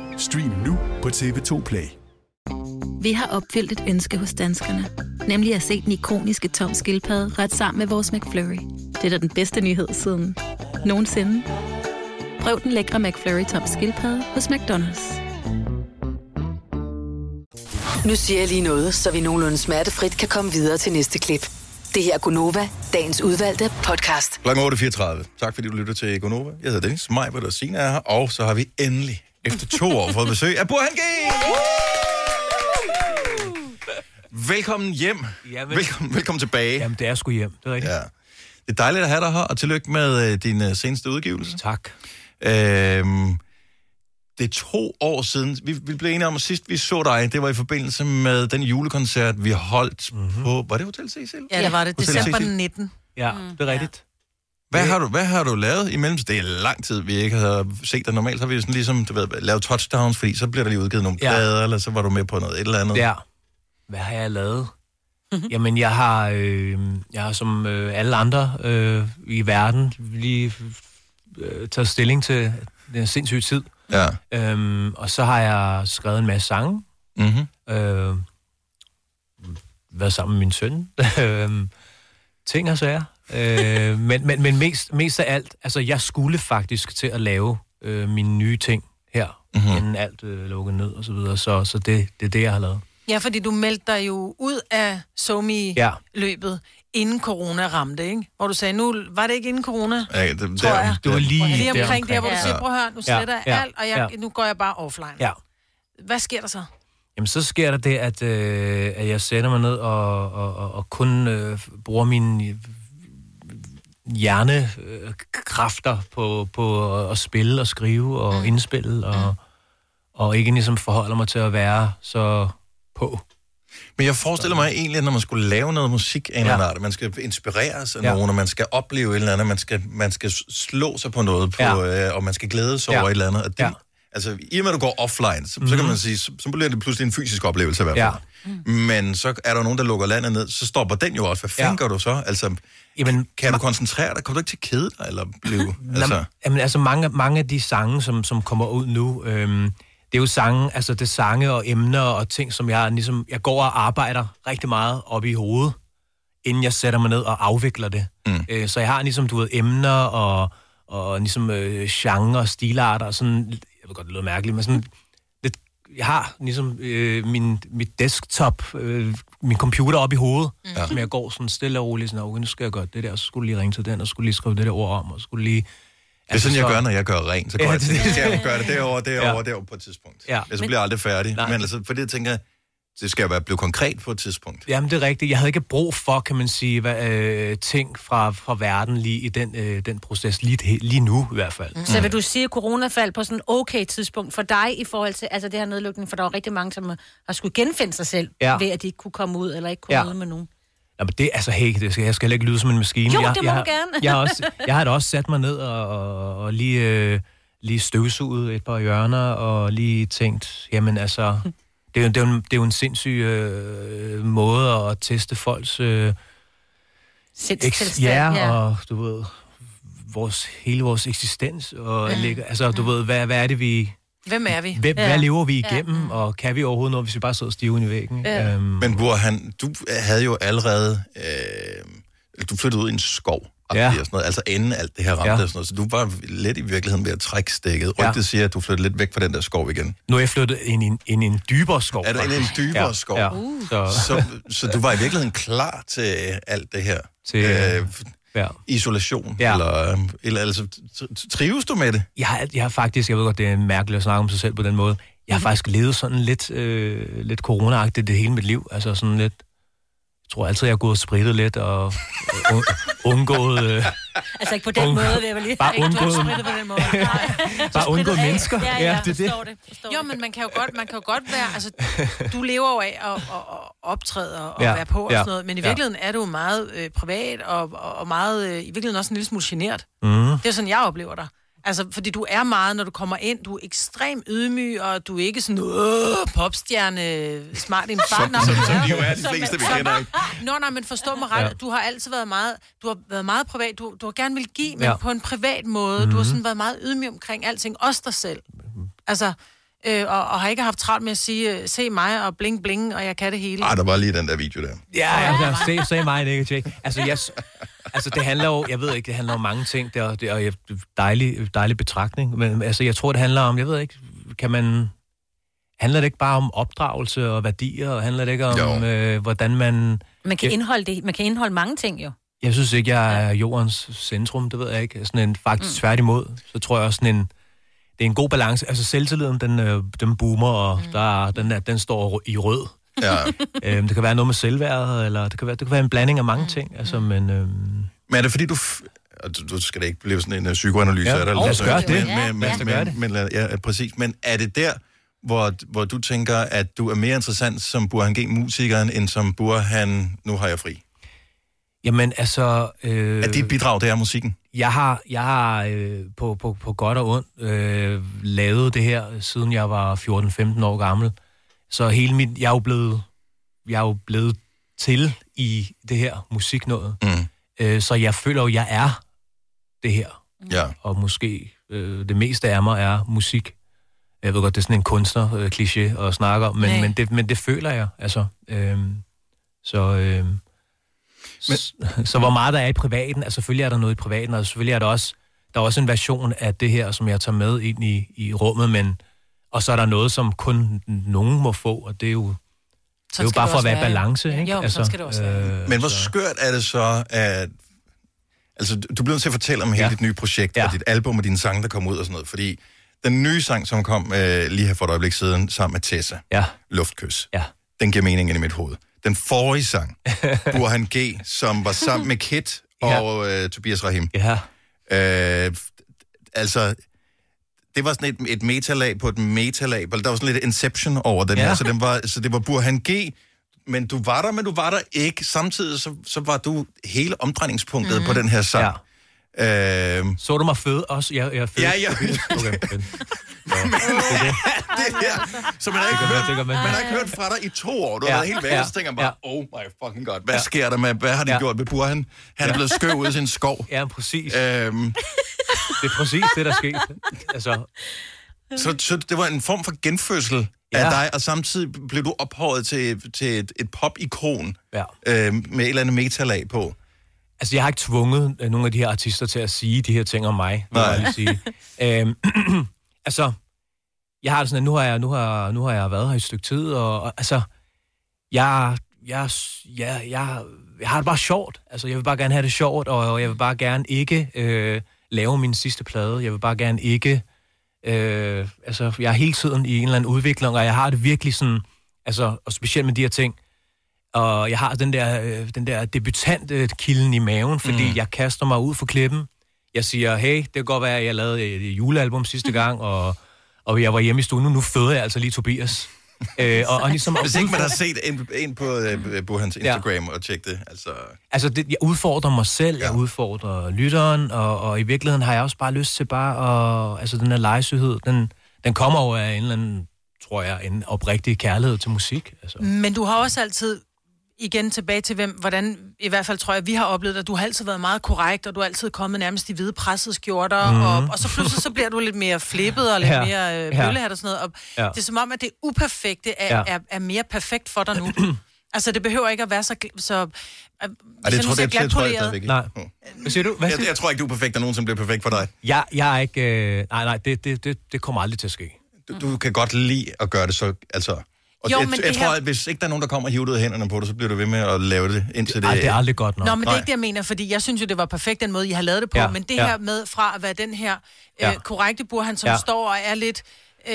[SPEAKER 10] Stream nu på TV2 Play.
[SPEAKER 19] Vi har opfyldt et ønske hos danskerne. Nemlig at se den ikoniske tom skildpadde ret sammen med vores McFlurry. Det er da den bedste nyhed siden nogensinde. Prøv den lækre McFlurry tom skildpadde hos McDonald's.
[SPEAKER 6] Nu siger jeg lige noget, så vi nogenlunde smertefrit kan komme videre til næste klip. Det her er Gunova, dagens udvalgte podcast.
[SPEAKER 1] Klokken 8.34. Tak fordi du lytter til Gonova. Jeg hedder Dennis, mig, hvor der Signe er her, og så har vi endelig efter to år fået besøg af Burhan G. Velkommen hjem. Jamen. Velkommen, velkommen tilbage. Jamen, det er sgu hjem. Det er rigtigt. Ja. Det er dejligt at have dig her, og tillykke med øh, din øh, seneste udgivelse. Tak. Øhm, det er to år siden. Vi, vi blev enige om, at sidst vi så dig, det var i forbindelse med den julekoncert, vi holdt mm-hmm. på... Var det Hotel Cecil?
[SPEAKER 2] Ja, det var det.
[SPEAKER 1] Hotel
[SPEAKER 2] December
[SPEAKER 1] Cecil.
[SPEAKER 2] 19.
[SPEAKER 23] Ja, mm. det er rigtigt.
[SPEAKER 1] Hvad har, du, hvad har du lavet imellem? Det er lang tid, vi ikke har set dig. Normalt har vi jo sådan ligesom du ved, lavet touchdowns, fordi så bliver der lige udgivet nogle
[SPEAKER 23] Ja.
[SPEAKER 1] ja. plader, eller så var du med på noget et eller andet.
[SPEAKER 23] Ja. Hvad har jeg lavet? Jamen, jeg har, øh, jeg har som øh, alle andre øh, i verden lige øh, taget stilling til den sindssyge tid.
[SPEAKER 1] Ja.
[SPEAKER 23] Øhm, og så har jeg skrevet en masse sange.
[SPEAKER 1] Mhm.
[SPEAKER 23] Øh, været sammen med min søn. Øhm, ting og sager. Øh, men men, men mest, mest af alt, altså jeg skulle faktisk til at lave øh, mine nye ting her,
[SPEAKER 1] Mhm.
[SPEAKER 23] mm-hmm. inden alt øh, lukkede ned og så videre. Så, så det, det er det, jeg har lavet.
[SPEAKER 2] Ja, fordi du meldte dig jo ud af
[SPEAKER 23] Ja.
[SPEAKER 2] Somi-løbet, inden corona ramte, ikke? Hvor du sagde, nu var det ikke inden corona?
[SPEAKER 1] Ja, det, det,
[SPEAKER 23] Tror jeg. Det var lige
[SPEAKER 2] Lige omkring, omkring der, hvor du
[SPEAKER 23] Ja.
[SPEAKER 2] siger, prøv at høre, nu
[SPEAKER 23] Ja,
[SPEAKER 2] sletter jeg
[SPEAKER 23] ja,
[SPEAKER 2] alt, og jeg,
[SPEAKER 23] ja.
[SPEAKER 2] nu går jeg bare offline.
[SPEAKER 23] Ja.
[SPEAKER 2] Hvad sker der så?
[SPEAKER 23] Jamen, så sker der det, at, øh, at jeg sætter mig ned og, og, og, og kun øh, bruger mine hjernekræfter på, på at spille og skrive
[SPEAKER 2] Mm.
[SPEAKER 23] og indspille, og, og ikke ligesom forholder mig til at være så på.
[SPEAKER 1] Men jeg forestiller mig egentlig, at når man skulle lave noget musik af en ja. eller anden art, man skal inspireres af ja.
[SPEAKER 23] Ja.
[SPEAKER 1] nogen, og man skal opleve et eller andet, man skal, man skal slå sig på noget, på, ja.
[SPEAKER 23] Ja.
[SPEAKER 1] øh, og man skal glæde sig
[SPEAKER 23] Ja.
[SPEAKER 1] over et eller andet. Og det, ja. Altså, i og med at du går offline, så, mm-hmm. så kan man sige, så, så bliver det pludselig en fysisk oplevelse i hvert fald. Ja. Men så er der nogen, der lukker landet ned, så stopper den jo også. Hvad fanden ja. gør du så? Altså,
[SPEAKER 23] Jamen,
[SPEAKER 1] kan du koncentrere dig? Kommer du ikke til at kede dig? Eller blive, altså,
[SPEAKER 23] Altså. Jamen, altså mange, mange af de sange, som, som kommer ud nu, øhm, det er jo sange, altså det er sange og emner og ting, som jeg ligesom, jeg går og arbejder rigtig meget op i hovedet, inden jeg sætter mig ned og afvikler det. Mm. Øh, så jeg har ligesom, du ved, emner og, og ligesom øh, genre og stilarter og sådan, jeg ved godt, det lyder mærkeligt, men sådan lidt, jeg har ligesom øh, min, mit desktop, øh, min computer op i hovedet,
[SPEAKER 1] Ja.
[SPEAKER 23] mm. som jeg går sådan stille og roligt, sådan, okay, nu skal jeg gøre det der, og så skulle jeg lige ringe til den, og så skulle jeg lige skrive det der ord om, og så skulle jeg lige... Altså,
[SPEAKER 1] det er sådan, jeg gør, når jeg gør rent. Altså, Så går ja, jeg til, det, skal jeg gøre det derovre, derovre, ja.
[SPEAKER 23] Ja.
[SPEAKER 1] derovre på et tidspunkt.
[SPEAKER 23] Ja.
[SPEAKER 1] Ellers
[SPEAKER 23] Men-
[SPEAKER 1] bliver jeg aldrig færdig. Nej.
[SPEAKER 23] Nej.
[SPEAKER 1] Men altså, fordi jeg tænker, det skal jo være blevet konkret på et tidspunkt.
[SPEAKER 23] Jamen, det er rigtigt. Jeg havde ikke brug for, kan man sige, hvad, øh, ting fra, fra verden lige i den, øh, den proces, lige, lige nu i hvert fald.
[SPEAKER 3] Mm. Så vil du sige, at corona faldt på sådan et okay tidspunkt for dig i forhold til altså det her nedlukning, for der var rigtig mange, som har skulle genfinde sig selv,
[SPEAKER 23] Ja.
[SPEAKER 3] ja. ved at de ikke kunne komme ud eller ikke kunne ja.
[SPEAKER 23] Ja.
[SPEAKER 3] møde med nogen.
[SPEAKER 23] Jamen, det, altså, hey, det skal, jeg skal heller ikke lyde som en maskine.
[SPEAKER 3] Jo,
[SPEAKER 23] jeg,
[SPEAKER 3] det må
[SPEAKER 23] jeg,
[SPEAKER 3] du
[SPEAKER 23] har-
[SPEAKER 3] gerne.
[SPEAKER 23] jeg, har også, jeg har da også sat mig ned og, og, og lige, øh, lige støvsuget et par hjørner, og lige tænkt, jamen altså, det er jo, det er jo, en, det er jo en sindssyg øh, måde at teste folks... Øh,
[SPEAKER 3] Sindstilstand,
[SPEAKER 23] ja,
[SPEAKER 3] ja.
[SPEAKER 23] ja, og du ved, vores, hele vores eksistens, og
[SPEAKER 2] Mm.
[SPEAKER 23] ligger, altså, du ved, hvad, hvad er det, vi...
[SPEAKER 2] Hvem er vi?
[SPEAKER 23] Hvem, ja. Hvad lever vi igennem, ja. og kan vi overhovedet noget, hvis vi bare sidder stive i væggen?
[SPEAKER 2] Ja.
[SPEAKER 23] Øhm,
[SPEAKER 1] Men hvor han, du havde jo allerede, øh, du flyttede ud i en skov, ja. og sådan noget, altså inden alt det her ramte, ja. og sådan noget, så du var lidt i virkeligheden ved at trække stikket. Rygtet ja. siger, at du flyttede lidt væk fra den der skov igen.
[SPEAKER 23] nu er jeg flyttet ind i en, ind i en dybere skov.
[SPEAKER 1] Er der en, en
[SPEAKER 23] faktisk.
[SPEAKER 1] dybere ja. skov?
[SPEAKER 23] Ja.
[SPEAKER 1] Uh.
[SPEAKER 23] Så,
[SPEAKER 1] Så, så du var i virkeligheden klar til alt det her?
[SPEAKER 23] Til,
[SPEAKER 1] øh,
[SPEAKER 23] ja.
[SPEAKER 1] Isolation?
[SPEAKER 23] Ja.
[SPEAKER 1] Eller, eller altså, tr- tr- trives du med det?
[SPEAKER 23] jeg, har, jeg har faktisk, jeg ved godt, det er mærkeligt at snakke om sig selv på den måde, jeg har
[SPEAKER 3] Mm.
[SPEAKER 23] faktisk levet sådan lidt, øh, lidt corona det hele mit liv. Altså sådan lidt, jeg tror altid, jeg har gået og sprittet lidt og øh, un- undgået... Øh,
[SPEAKER 3] Altså ikke på den
[SPEAKER 23] Ung-
[SPEAKER 3] måde, vil jeg vel lige
[SPEAKER 23] Bare
[SPEAKER 3] Ikke, du har
[SPEAKER 23] undgå-
[SPEAKER 3] sprittet på den måde. Nej.
[SPEAKER 23] Bare undgå
[SPEAKER 2] Sprittet af.
[SPEAKER 23] mennesker.
[SPEAKER 2] Ja, ja,
[SPEAKER 23] Ja, det er det.
[SPEAKER 2] forstår det. Forstår jo, men man kan jo godt, man kan jo godt være, altså, du lever jo af at, at, at optræde og ja,
[SPEAKER 23] Ja,
[SPEAKER 2] være på og
[SPEAKER 23] ja,
[SPEAKER 2] sådan noget, men i
[SPEAKER 23] ja.
[SPEAKER 2] virkeligheden er du jo meget øh, privat og, og, og meget, øh, i virkeligheden også en lille smule genert.
[SPEAKER 23] Mm.
[SPEAKER 2] Det er sådan, jeg oplever dig. Altså, fordi du er meget, når du kommer ind, du er ekstrem ydmyg, og du er ikke sådan, åh, popstjerne, smart i en fart.
[SPEAKER 1] Som-
[SPEAKER 2] Nå,
[SPEAKER 1] som-
[SPEAKER 2] men
[SPEAKER 1] som
[SPEAKER 2] ja.
[SPEAKER 1] de jo er, de
[SPEAKER 2] Som-
[SPEAKER 1] fleste, vi
[SPEAKER 2] som-
[SPEAKER 1] kender, ikke?
[SPEAKER 2] Ah, Nå, nej, men forstå mig ret,
[SPEAKER 23] Ja.
[SPEAKER 2] du har altid været meget, du har været meget privat, du, du har gerne vil give, men
[SPEAKER 23] Ja.
[SPEAKER 2] på en privat måde, du har
[SPEAKER 23] Mhm.
[SPEAKER 2] sådan været meget ydmyg omkring alting, også dig selv. Altså, øh, og, og har ikke haft travlt med at sige, øh, se mig og bling bling, og jeg kan det hele.
[SPEAKER 1] Ej, ah, der var lige den der video der.
[SPEAKER 23] Ja, altså, se, se mig, Nick og Jake. Altså, jeg, s- altså, det handler jo, jeg ved ikke, det handler om mange ting, det er, det er jo dejlig, dejlig betragtning, men altså, jeg tror, det handler om, jeg ved ikke, kan man, handler det ikke bare om opdragelse og værdier, og handler det ikke om, øh, hvordan man...
[SPEAKER 3] Man kan,
[SPEAKER 23] jeg,
[SPEAKER 3] indeholde det, man kan indeholde mange ting jo.
[SPEAKER 23] jeg synes ikke, jeg er jordens centrum, det ved jeg ikke. Sådan en, faktisk
[SPEAKER 3] Mm.
[SPEAKER 23] mm. tværtimod, så tror jeg også sådan en, det er en god balance. Altså selvtilliden, den, øh, den boomer, og mm. der, er- den, er, den står rø- i rød.
[SPEAKER 1] Ja.
[SPEAKER 23] øhm, det kan være noget med selvværdet, eller det kan være, det kan være en blanding af mange ting. Altså, men, øhm,
[SPEAKER 1] Men er det fordi, du... F- og du, du skal da ikke blive sådan en uh, psykoanalyse
[SPEAKER 23] Ja,
[SPEAKER 1] af dig.
[SPEAKER 23] lad os
[SPEAKER 1] Lasse,
[SPEAKER 23] gøre det.
[SPEAKER 1] Men,
[SPEAKER 23] Ja,
[SPEAKER 1] men, men,
[SPEAKER 23] lad os da gøre
[SPEAKER 1] men,
[SPEAKER 23] det.
[SPEAKER 1] men, lad- ja, præcis. Men er det der, hvor, hvor du tænker, at du er mere interessant som Burhan G-musikeren, end som Burhan, nu har jeg fri?
[SPEAKER 23] jamen altså... Øh,
[SPEAKER 1] Er dit bidrag, det er musikken?
[SPEAKER 23] Jeg har, jeg har øh, på, på, på godt og ondt øh, lavet det her, siden jeg var 14-15 år gammel. Så hele mit, jeg er jo blevet, jeg er jo blevet til i det her musiknået.
[SPEAKER 1] Mm.
[SPEAKER 23] Øh, så jeg føler jo, jeg er det her.
[SPEAKER 1] Ja.
[SPEAKER 23] Og måske øh, det meste af mig er musik. Jeg ved godt, det er sådan en kunstner-kliché at snakke om,
[SPEAKER 2] Nej.
[SPEAKER 23] men, men, det, men det føler jeg. Altså, øh, så... Øh, men... Så hvor meget der er i privaten, altså selvfølgelig er der noget i privaten, og selvfølgelig er der også, der er også en version af det her, som jeg tager med ind i, i rummet, men, og så er der noget, som kun nogen må få, og det er jo, det er jo
[SPEAKER 1] skal
[SPEAKER 23] bare
[SPEAKER 1] det
[SPEAKER 23] for at
[SPEAKER 1] også
[SPEAKER 23] være i
[SPEAKER 1] være, ja.
[SPEAKER 23] balance, ikke? Altså, øh,
[SPEAKER 1] Jo, sådan skal det også
[SPEAKER 23] være.
[SPEAKER 1] Men hvor skørt er det så, at... Altså, du bliver nødt til at fortælle om hele ja. dit nye projekt, ja. og dit album og dine sange, der kommer ud og sådan noget, fordi Den nye sang, som kom øh, lige her for et øjeblik siden, sammen med Tessa,
[SPEAKER 23] ja.
[SPEAKER 1] Luftkys,
[SPEAKER 23] ja.
[SPEAKER 1] den giver mening ind i mit hoved. Den forrige sang, Burhan G., som var sammen med Kit og øh, Tobias Rahim.
[SPEAKER 23] Ja.
[SPEAKER 1] Øh, altså, det var sådan et, et metalag på et metalag. Der var sådan lidt Inception over den ja.
[SPEAKER 23] Ja.
[SPEAKER 1] her, så, den var, så det var Burhan G., men du var der, men du var der ikke. Samtidig så, så var du hele omdrejningspunktet mm. på den her sang. Ja. Øhm,
[SPEAKER 23] Mhm. Så du mig føde også? Jeg, jeg føde.
[SPEAKER 1] Ja, ja.
[SPEAKER 23] Okay, fedt.
[SPEAKER 1] det her, som man har ikke,
[SPEAKER 23] det gør
[SPEAKER 1] hørt,
[SPEAKER 23] man.
[SPEAKER 1] man har ikke hørt fra dig i to år. Du har
[SPEAKER 23] Ja,
[SPEAKER 1] været helt væk,
[SPEAKER 23] ja,
[SPEAKER 1] og så tænker man bare, oh my fucking god, hvad sker der med, hvad har de gjort ved Burhan? Han er
[SPEAKER 23] Ja.
[SPEAKER 1] blevet skøv ud af sin skov.
[SPEAKER 23] Ja, præcis.
[SPEAKER 1] Øhm,
[SPEAKER 23] Det er præcis det, der skete. Altså,
[SPEAKER 1] så, så det var en form for genfødsel ja. af dig, og samtidig blev du ophøjet til, til et, et pop-ikon
[SPEAKER 23] Ja.
[SPEAKER 1] øhm, med et eller andet metalag på.
[SPEAKER 23] Altså, jeg har ikke tvunget øh, nogle af de her artister til at sige de her ting om mig. vil
[SPEAKER 1] Nej.
[SPEAKER 23] jeg lige Sige. øhm, altså, jeg har det sådan, at nu har jeg, nu har, nu har jeg været her i et stykke tid, og, og altså, jeg, jeg, jeg, jeg, jeg har det bare sjovt. Altså, jeg vil bare gerne have det sjovt, og, og jeg vil bare gerne ikke øh, lave min sidste plade. Jeg vil bare gerne ikke... Øh, altså, jeg er hele tiden i en eller anden udvikling, og jeg har det virkelig sådan... Altså, og specielt med de her ting, og jeg har den der, øh, den der debutantkilden i maven, fordi
[SPEAKER 12] Mm.
[SPEAKER 23] mm. jeg kaster mig ud for klippen. Jeg siger, hey, det kan godt være, at jeg lavede et julealbum
[SPEAKER 1] Mhm.
[SPEAKER 23] sidste gang, og, og jeg var hjemme i stuen. Nu, nu føder jeg altså lige Tobias. øh, og, og ligesom
[SPEAKER 1] Hvis ikke man har set en, en på øh, Burhans Instagram ja. og tjekket det, altså...
[SPEAKER 23] Altså, det, jeg udfordrer mig selv, ja. jeg udfordrer lytteren, og, og i virkeligheden har jeg også bare lyst til bare at... Altså, den her legesyghed, den, den kommer jo af en eller anden, tror jeg, en oprigtig kærlighed til musik. Altså.
[SPEAKER 2] Men du har også altid, igen tilbage til hvem, hvordan, i hvert fald tror jeg, vi har oplevet at du har altid været meget korrekt, og du har altid kommet nærmest i hvide pressede skjorter,
[SPEAKER 23] Mhm.
[SPEAKER 2] mm. og, og så pludselig så bliver du lidt mere flippet og lidt ja.
[SPEAKER 23] Ja,
[SPEAKER 2] mere øh,
[SPEAKER 23] ja.
[SPEAKER 2] bøllehat og sådan noget. Og ja.
[SPEAKER 23] Ja.
[SPEAKER 2] Det er som om, at det uperfekte er, ja.
[SPEAKER 23] Ja.
[SPEAKER 2] er, er mere perfekt for dig nu. altså, det behøver ikke at være så... gl- så øh,
[SPEAKER 1] Ej,
[SPEAKER 2] hvis
[SPEAKER 1] det
[SPEAKER 2] jeg nu
[SPEAKER 1] tror,
[SPEAKER 2] siger
[SPEAKER 1] det, det tror jeg
[SPEAKER 2] glatpoleret-
[SPEAKER 1] stadigvæk ikke.
[SPEAKER 23] Nej. Hvad siger du? Hvad
[SPEAKER 1] Jeg,
[SPEAKER 23] siger du?
[SPEAKER 1] jeg tror ikke, du er perfekt, og nogensinde bliver perfekt for dig.
[SPEAKER 23] Jeg, jeg er ikke... Øh, nej, nej, det, det, det, det kommer aldrig til at ske.
[SPEAKER 1] Du, du kan godt lide at gøre det så... Altså, og
[SPEAKER 2] Jo,
[SPEAKER 1] jo, jeg,
[SPEAKER 2] men
[SPEAKER 1] jeg
[SPEAKER 2] det
[SPEAKER 1] tror,
[SPEAKER 2] her-
[SPEAKER 1] at hvis ikke der er nogen, der kommer og hiver det ud af hænderne på dig, så bliver du ved med at lave det indtil det...
[SPEAKER 23] Ej, det er aldrig godt nok.
[SPEAKER 2] Nå, men det er ikke det, jeg mener, fordi jeg synes jo, det var perfekt den måde, I har lavet det på, ja,
[SPEAKER 23] Ja,
[SPEAKER 2] men det ja.
[SPEAKER 23] ja.
[SPEAKER 2] her med fra at være den her øh,
[SPEAKER 23] Ja.
[SPEAKER 2] korrekte Burhan, som ja.
[SPEAKER 23] Ja.
[SPEAKER 2] står og er lidt... Øh,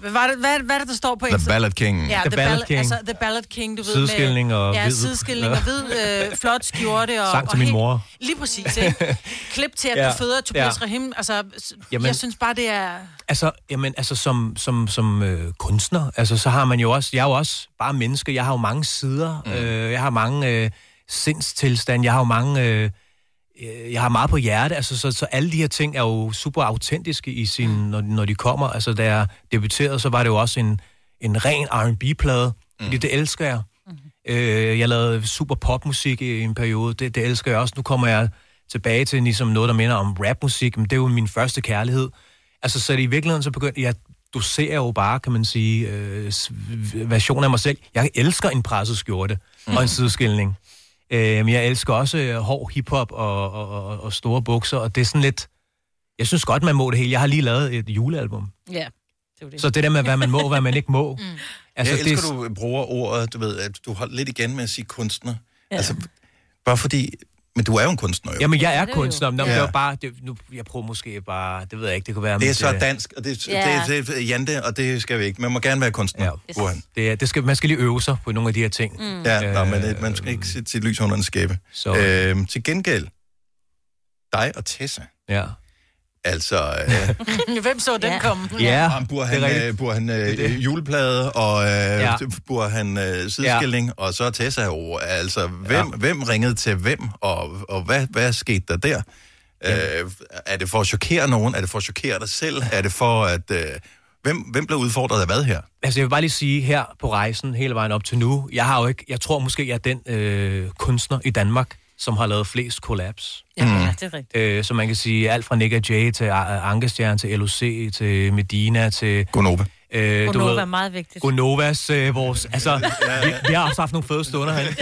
[SPEAKER 2] hvad, var det, hvad, hvad er det, der står på
[SPEAKER 1] The
[SPEAKER 2] Insta-
[SPEAKER 1] Ballad King.
[SPEAKER 2] Ja,
[SPEAKER 23] The
[SPEAKER 2] the,
[SPEAKER 23] Ballad
[SPEAKER 2] ballad,
[SPEAKER 23] King.
[SPEAKER 2] Altså, the Ballad King, du ved.
[SPEAKER 23] Sideskilning og
[SPEAKER 2] ja,
[SPEAKER 23] hvid.
[SPEAKER 2] sideskilling og hvid, øh, flot skjorte. Og,
[SPEAKER 23] Sang til
[SPEAKER 2] og
[SPEAKER 23] min
[SPEAKER 2] helt-
[SPEAKER 23] mor.
[SPEAKER 2] Lige præcis, ikke? Klip til, at ja,
[SPEAKER 23] Ja,
[SPEAKER 2] du føder Tobias ja.
[SPEAKER 23] ja.
[SPEAKER 2] Rahim. Altså, s-
[SPEAKER 23] Jamen-
[SPEAKER 2] jeg synes bare, det er...
[SPEAKER 23] Altså, jamen, altså som, som, som øh, kunstner, altså, så har man jo også... Jeg er jo også bare menneske. Jeg har jo mange sider. Mm. Øh, jeg har mange øh, sindstilstande. Jeg har jo mange... Øh, øh, jeg har meget på hjerte. Altså, så, så alle de her ting er jo super autentiske i sin, når, når de kommer. Altså, da jeg debuterede, så var det jo også en, en ren R&B-plade. Mm. Fordi det elsker jeg. Øh, jeg lavede super popmusik i en periode. Det, det elsker jeg også. Nu kommer jeg tilbage til ligesom noget, der minder om rapmusik. Men det er jo min første kærlighed. Altså, så i virkeligheden så begyndte jeg... Du ser jo bare, kan man sige, øh, s- version af mig selv. Jeg elsker en presset skjorte mm. og en sideskilning. Øh, men jeg elsker også øh, hård hiphop og, og, og, og store bukser. Og det er sådan lidt... Jeg synes godt, man må det hele. Jeg har lige lavet et julealbum.
[SPEAKER 3] Ja, det var
[SPEAKER 23] Så det der med, hvad man må, hvad man ikke må. Mm.
[SPEAKER 1] Altså, jeg elsker, det... du bruger ordet, du ved, at du holder lidt igen med at sige kunstner. Ja. Altså, bare fordi... Men du er jo en kunstner, jo.
[SPEAKER 23] Jamen, jeg er
[SPEAKER 1] det
[SPEAKER 23] kunstner. Nå, men
[SPEAKER 1] Ja.
[SPEAKER 23] det var bare... Det, nu, jeg prøver måske bare... Det ved jeg ikke, det kunne være...
[SPEAKER 1] Det er
[SPEAKER 23] mit,
[SPEAKER 1] så
[SPEAKER 23] øh,
[SPEAKER 1] dansk, og det,
[SPEAKER 23] Ja.
[SPEAKER 1] yeah. det, det er Jante, og det skal vi ikke. Man må gerne være kunstner, ja. Burhan.
[SPEAKER 23] Det, er- det skal, man skal lige øve sig på nogle af de her ting.
[SPEAKER 1] Mm. Ja, øh, nå, men øh, man skal ikke sætte sit lys under en skæbe.
[SPEAKER 23] Så.
[SPEAKER 1] Øh, til gengæld, dig og Tessa.
[SPEAKER 23] Ja.
[SPEAKER 1] Altså, øh,
[SPEAKER 2] Hvem så den ja. komme?
[SPEAKER 1] om Burhan, øh, Burhan øh, øh, juleplade, og øh, ja.
[SPEAKER 23] Ja.
[SPEAKER 1] Burhan øh, sideskilling, ja. og så Tessa. Jo, altså, hvem, ja. hvem ringede til hvem, og, og hvad, hvad skete der der? Øh, er det for at chokere nogen? Er det for at chokere dig selv? Er det for at... Øh, hvem, hvem blev udfordret af hvad her?
[SPEAKER 23] Altså, jeg vil bare lige sige, her på rejsen, hele vejen op til nu, jeg har jo ikke... Jeg tror måske, jeg er den øh, kunstner i Danmark, som har lavet flest collabs.
[SPEAKER 3] Ja, mm. ja, det er rigtigt.
[SPEAKER 23] Øh, så man kan sige alt fra Nick Jay til A- Ankestjern, til LOC, til Medina, til...
[SPEAKER 1] Gonova.
[SPEAKER 23] Øh, du
[SPEAKER 3] Gonova
[SPEAKER 23] ved-
[SPEAKER 3] er meget vigtigt.
[SPEAKER 23] Gonovas, øh, vores... Altså, vi, vi har også haft nogle fede stunder herinde.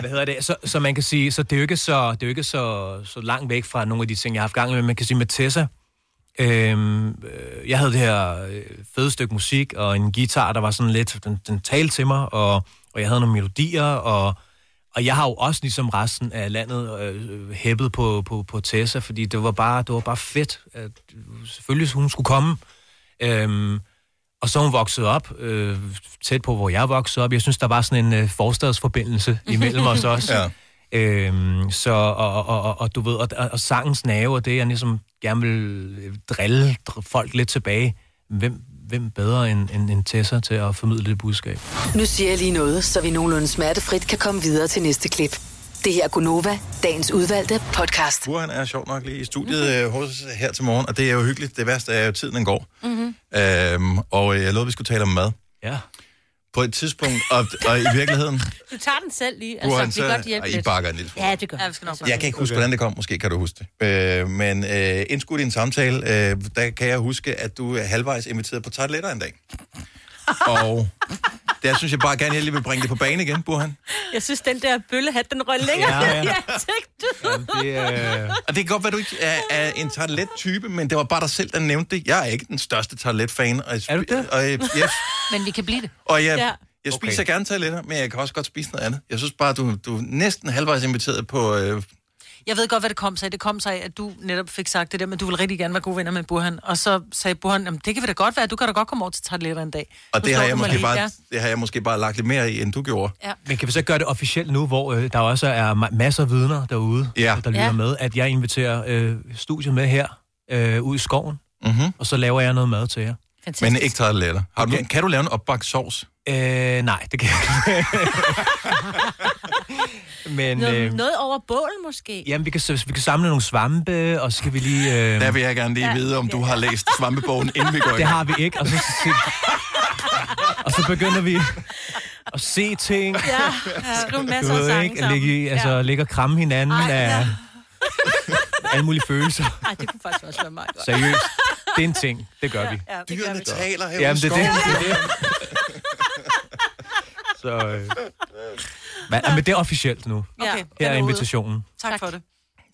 [SPEAKER 23] Hvad hedder det? Så, så man kan sige, så det er jo ikke, så, det er jo ikke så, så langt væk fra nogle af de ting, jeg har haft gang i, men man kan sige med Tessa, øhm, øh, jeg havde det her øh, fede stykke musik, og en guitar, der var sådan lidt, den, den talte til mig, og, og jeg havde nogle melodier, og, Og jeg har jo også ligesom resten af landet øh, hæppet på, på, på Tessa, fordi det var bare, det var bare fedt,
[SPEAKER 1] Øh,
[SPEAKER 23] at selvfølgelig hun skulle komme. Øhm, og så er hun vokset op, øh, tæt på, hvor jeg voksede op. Jeg synes, der var sådan en øh, forstadsforbindelse imellem os også.
[SPEAKER 1] Ja.
[SPEAKER 23] Øhm, så, og, og, og, og, du ved, og, og sangens nave, og det, jeg ligesom gerne vil øh, drille dr- folk lidt tilbage. Hvem, hvem bedre end, end, end Tessa til at formidle det budskab?
[SPEAKER 6] Nu siger jeg lige noget, så vi nogenlunde smertefrit kan komme videre til næste klip. Det her er Gunova, dagens udvalgte podcast.
[SPEAKER 1] Burhan er sjov nok lige i studiet mm-hmm. hos os her til morgen, og det er jo hyggeligt. Det værste er jo, at tiden den går.
[SPEAKER 6] Mm-hmm.
[SPEAKER 1] Øhm, og øh, jeg lovede, vi skulle tale om mad.
[SPEAKER 23] Ja.
[SPEAKER 1] På et tidspunkt, og, og i virkeligheden,
[SPEAKER 3] Du tager den selv lige. Altså,
[SPEAKER 1] Hvor han
[SPEAKER 3] vi
[SPEAKER 1] så-
[SPEAKER 3] kan godt hjælpe
[SPEAKER 1] Ej, I
[SPEAKER 3] lidt.
[SPEAKER 1] bakker en lille smule.
[SPEAKER 3] Ja, det gør. Ja, vi skal nok
[SPEAKER 1] jeg kan ikke huske, hvordan det kom, måske kan du huske det. Øh, men øh, indskudt i en samtale, øh, der kan jeg huske, at du er halvvejs inviteret på tartletter en dag. Og der synes jeg bare gerne, at jeg lige vil bringe det på bane igen, Burhan.
[SPEAKER 3] Jeg synes, den der bøllehat, den røg længere
[SPEAKER 1] Ja,
[SPEAKER 3] ja,
[SPEAKER 1] ja.
[SPEAKER 3] ja. i ansigtet.
[SPEAKER 1] Det, øh... Og det kan godt være, du ikke er, er en tartlet-type, men det var bare dig selv, der nævnte det. Jeg er ikke den største tartlet-fan. Og jeg, er du det? Og, jeg, øh, yes,
[SPEAKER 2] Men vi kan blive det.
[SPEAKER 1] og jeg, ja. jeg spiser okay. gerne tartletter, men jeg kan også godt spise noget andet. Jeg synes bare, du, du er næsten halvvejs inviteret på... Øh,
[SPEAKER 2] Jeg ved godt, hvad det kom sig af. Det kom sig af, at du netop fik sagt det der, men du vil rigtig gerne være gode venner med Burhan. Og så sagde Burhan, jamen det kan vi da godt være, du kan da godt komme over til tartletter en dag.
[SPEAKER 1] og
[SPEAKER 2] Nu
[SPEAKER 1] det har,
[SPEAKER 2] slår
[SPEAKER 1] jeg
[SPEAKER 2] du mig
[SPEAKER 1] måske
[SPEAKER 2] lige.
[SPEAKER 1] bare,
[SPEAKER 2] Ja.
[SPEAKER 1] det har jeg måske bare lagt lidt mere i, end du gjorde.
[SPEAKER 2] Ja.
[SPEAKER 23] Men kan vi så gøre det officielt nu, hvor øh, der også er ma- masser af vidner derude,
[SPEAKER 1] ja.
[SPEAKER 23] der lytter
[SPEAKER 1] Ja.
[SPEAKER 23] ja. med, at jeg inviterer øh, studiet med her øh, ud i skoven,
[SPEAKER 1] Mm-hmm.
[SPEAKER 23] og så laver jeg noget mad til jer.
[SPEAKER 1] Men ikke tarteletter. Har du, Kan du lave en opbagt sovs?
[SPEAKER 23] Øh, nej, det kan jeg ikke. Men
[SPEAKER 3] Noget,
[SPEAKER 23] øh,
[SPEAKER 3] noget over bålen måske.
[SPEAKER 23] jamen, vi, kan, s- vi kan samle nogle svampe, og så skal vi lige... Øh,
[SPEAKER 1] Der vil jeg gerne lige vide, om du har læst svampebogen, inden vi går i
[SPEAKER 23] Det
[SPEAKER 1] gang.
[SPEAKER 23] har vi ikke, og så, og så begynder vi at se ting.
[SPEAKER 3] Ja, skriv masser
[SPEAKER 23] Du
[SPEAKER 3] af
[SPEAKER 23] ved
[SPEAKER 3] sange
[SPEAKER 23] ikke,
[SPEAKER 3] sammen.
[SPEAKER 23] ligge, i- altså, ja. ligge og kramme hinanden Ej, af ja. alle mulige følelser.
[SPEAKER 3] Ej, det kunne faktisk også være meget godt.
[SPEAKER 23] Seriøst, det er en ting. Det gør vi.
[SPEAKER 3] Ja, det
[SPEAKER 1] Dyrene
[SPEAKER 3] gør vi.
[SPEAKER 1] taler her
[SPEAKER 23] Jamen, det er det.
[SPEAKER 1] skoven.
[SPEAKER 23] det, er det. Så, øh. Men, men det er officielt nu.
[SPEAKER 2] Okay.
[SPEAKER 23] Her
[SPEAKER 2] Den
[SPEAKER 23] er
[SPEAKER 2] ude.
[SPEAKER 23] invitationen.
[SPEAKER 2] Tak for det.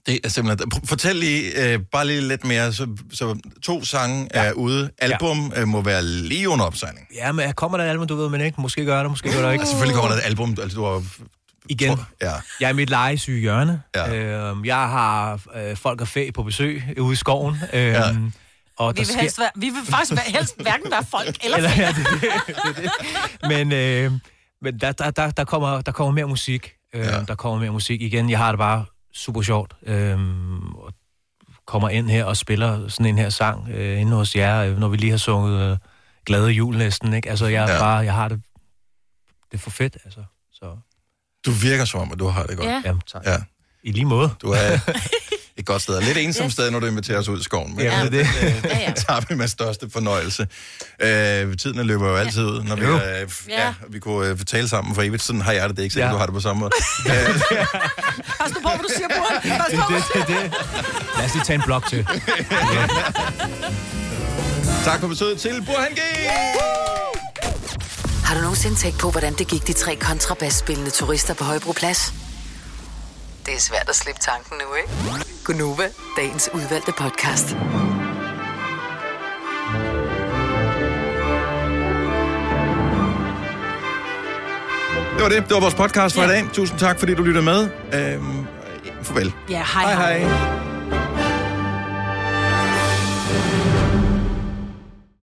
[SPEAKER 1] Det er simpelthen... pr- Fortæl lige, øh, bare lige lidt mere. Så, så to sange ja. er ude. Album ja. øh, må være lige under opsejling.
[SPEAKER 23] Ja, men kommer der et album, du ved, men ikke? Måske gør det, måske gør det ikke.
[SPEAKER 1] Og selvfølgelig kommer der et album, altså du har...
[SPEAKER 23] Igen.
[SPEAKER 1] ja.
[SPEAKER 23] Jeg er i mit legesyge hjørne. Ja. Øhm, jeg har øh, folk og fæ på besøg ude i skoven. Øhm, ja. og
[SPEAKER 2] Vi
[SPEAKER 23] der
[SPEAKER 2] vil,
[SPEAKER 23] sker-
[SPEAKER 2] helst være, vi vil faktisk være, helst hverken være folk eller
[SPEAKER 23] Eller-
[SPEAKER 2] fæ.
[SPEAKER 23] ja, men øh, men der, der, der, der, kommer, der kommer mere musik. Øh, ja. Der kommer mere musik igen. Jeg har det bare super sjovt. Øh, og kommer ind her og spiller sådan en her sang øh, inde hos jer, øh, når vi lige har sunget øh, Glade Jul næsten. Ikke? Altså, jeg,
[SPEAKER 1] Ja.
[SPEAKER 23] ja. bare, jeg har det, det er for fedt. Altså. Så.
[SPEAKER 1] Du virker som om, at du har det godt.
[SPEAKER 23] Ja. Jamen, tak.
[SPEAKER 1] Ja.
[SPEAKER 23] I lige måde.
[SPEAKER 1] Du er et godt sted. Og Lidt ensomt sted, når du inviterer os ud i skoven. Men
[SPEAKER 23] Ja, det er det.
[SPEAKER 1] Ja, ja. tager vi med største fornøjelse. Øh, tiden løber jo altid ud, når vi,
[SPEAKER 23] Jo.
[SPEAKER 1] øh, ja,
[SPEAKER 2] Ja.
[SPEAKER 1] vi kunne øh, tale sammen for evigt. Sådan har jeg det. Det er ikke sikkert,
[SPEAKER 23] Ja.
[SPEAKER 1] ja. du har det på samme måde.
[SPEAKER 2] Pas nu på, hvad du siger, Burhan. Pas
[SPEAKER 23] Det,
[SPEAKER 2] på,
[SPEAKER 23] det, det, det. Lad os lige tage en blok til.
[SPEAKER 1] tak for besøget til Burhan G.
[SPEAKER 6] Har du nogensinde tænkt på, hvordan det gik de tre kontrabasspillende turister på Højbroplads? Det er svært at slippe tanken nu, ikke? Gunova, dagens udvalgte podcast.
[SPEAKER 1] Det var det. Det var vores podcast for i dag. Tusind tak, fordi du lyttede med. Øh, Øhm, farvel.
[SPEAKER 2] Ja, hej hej. hej.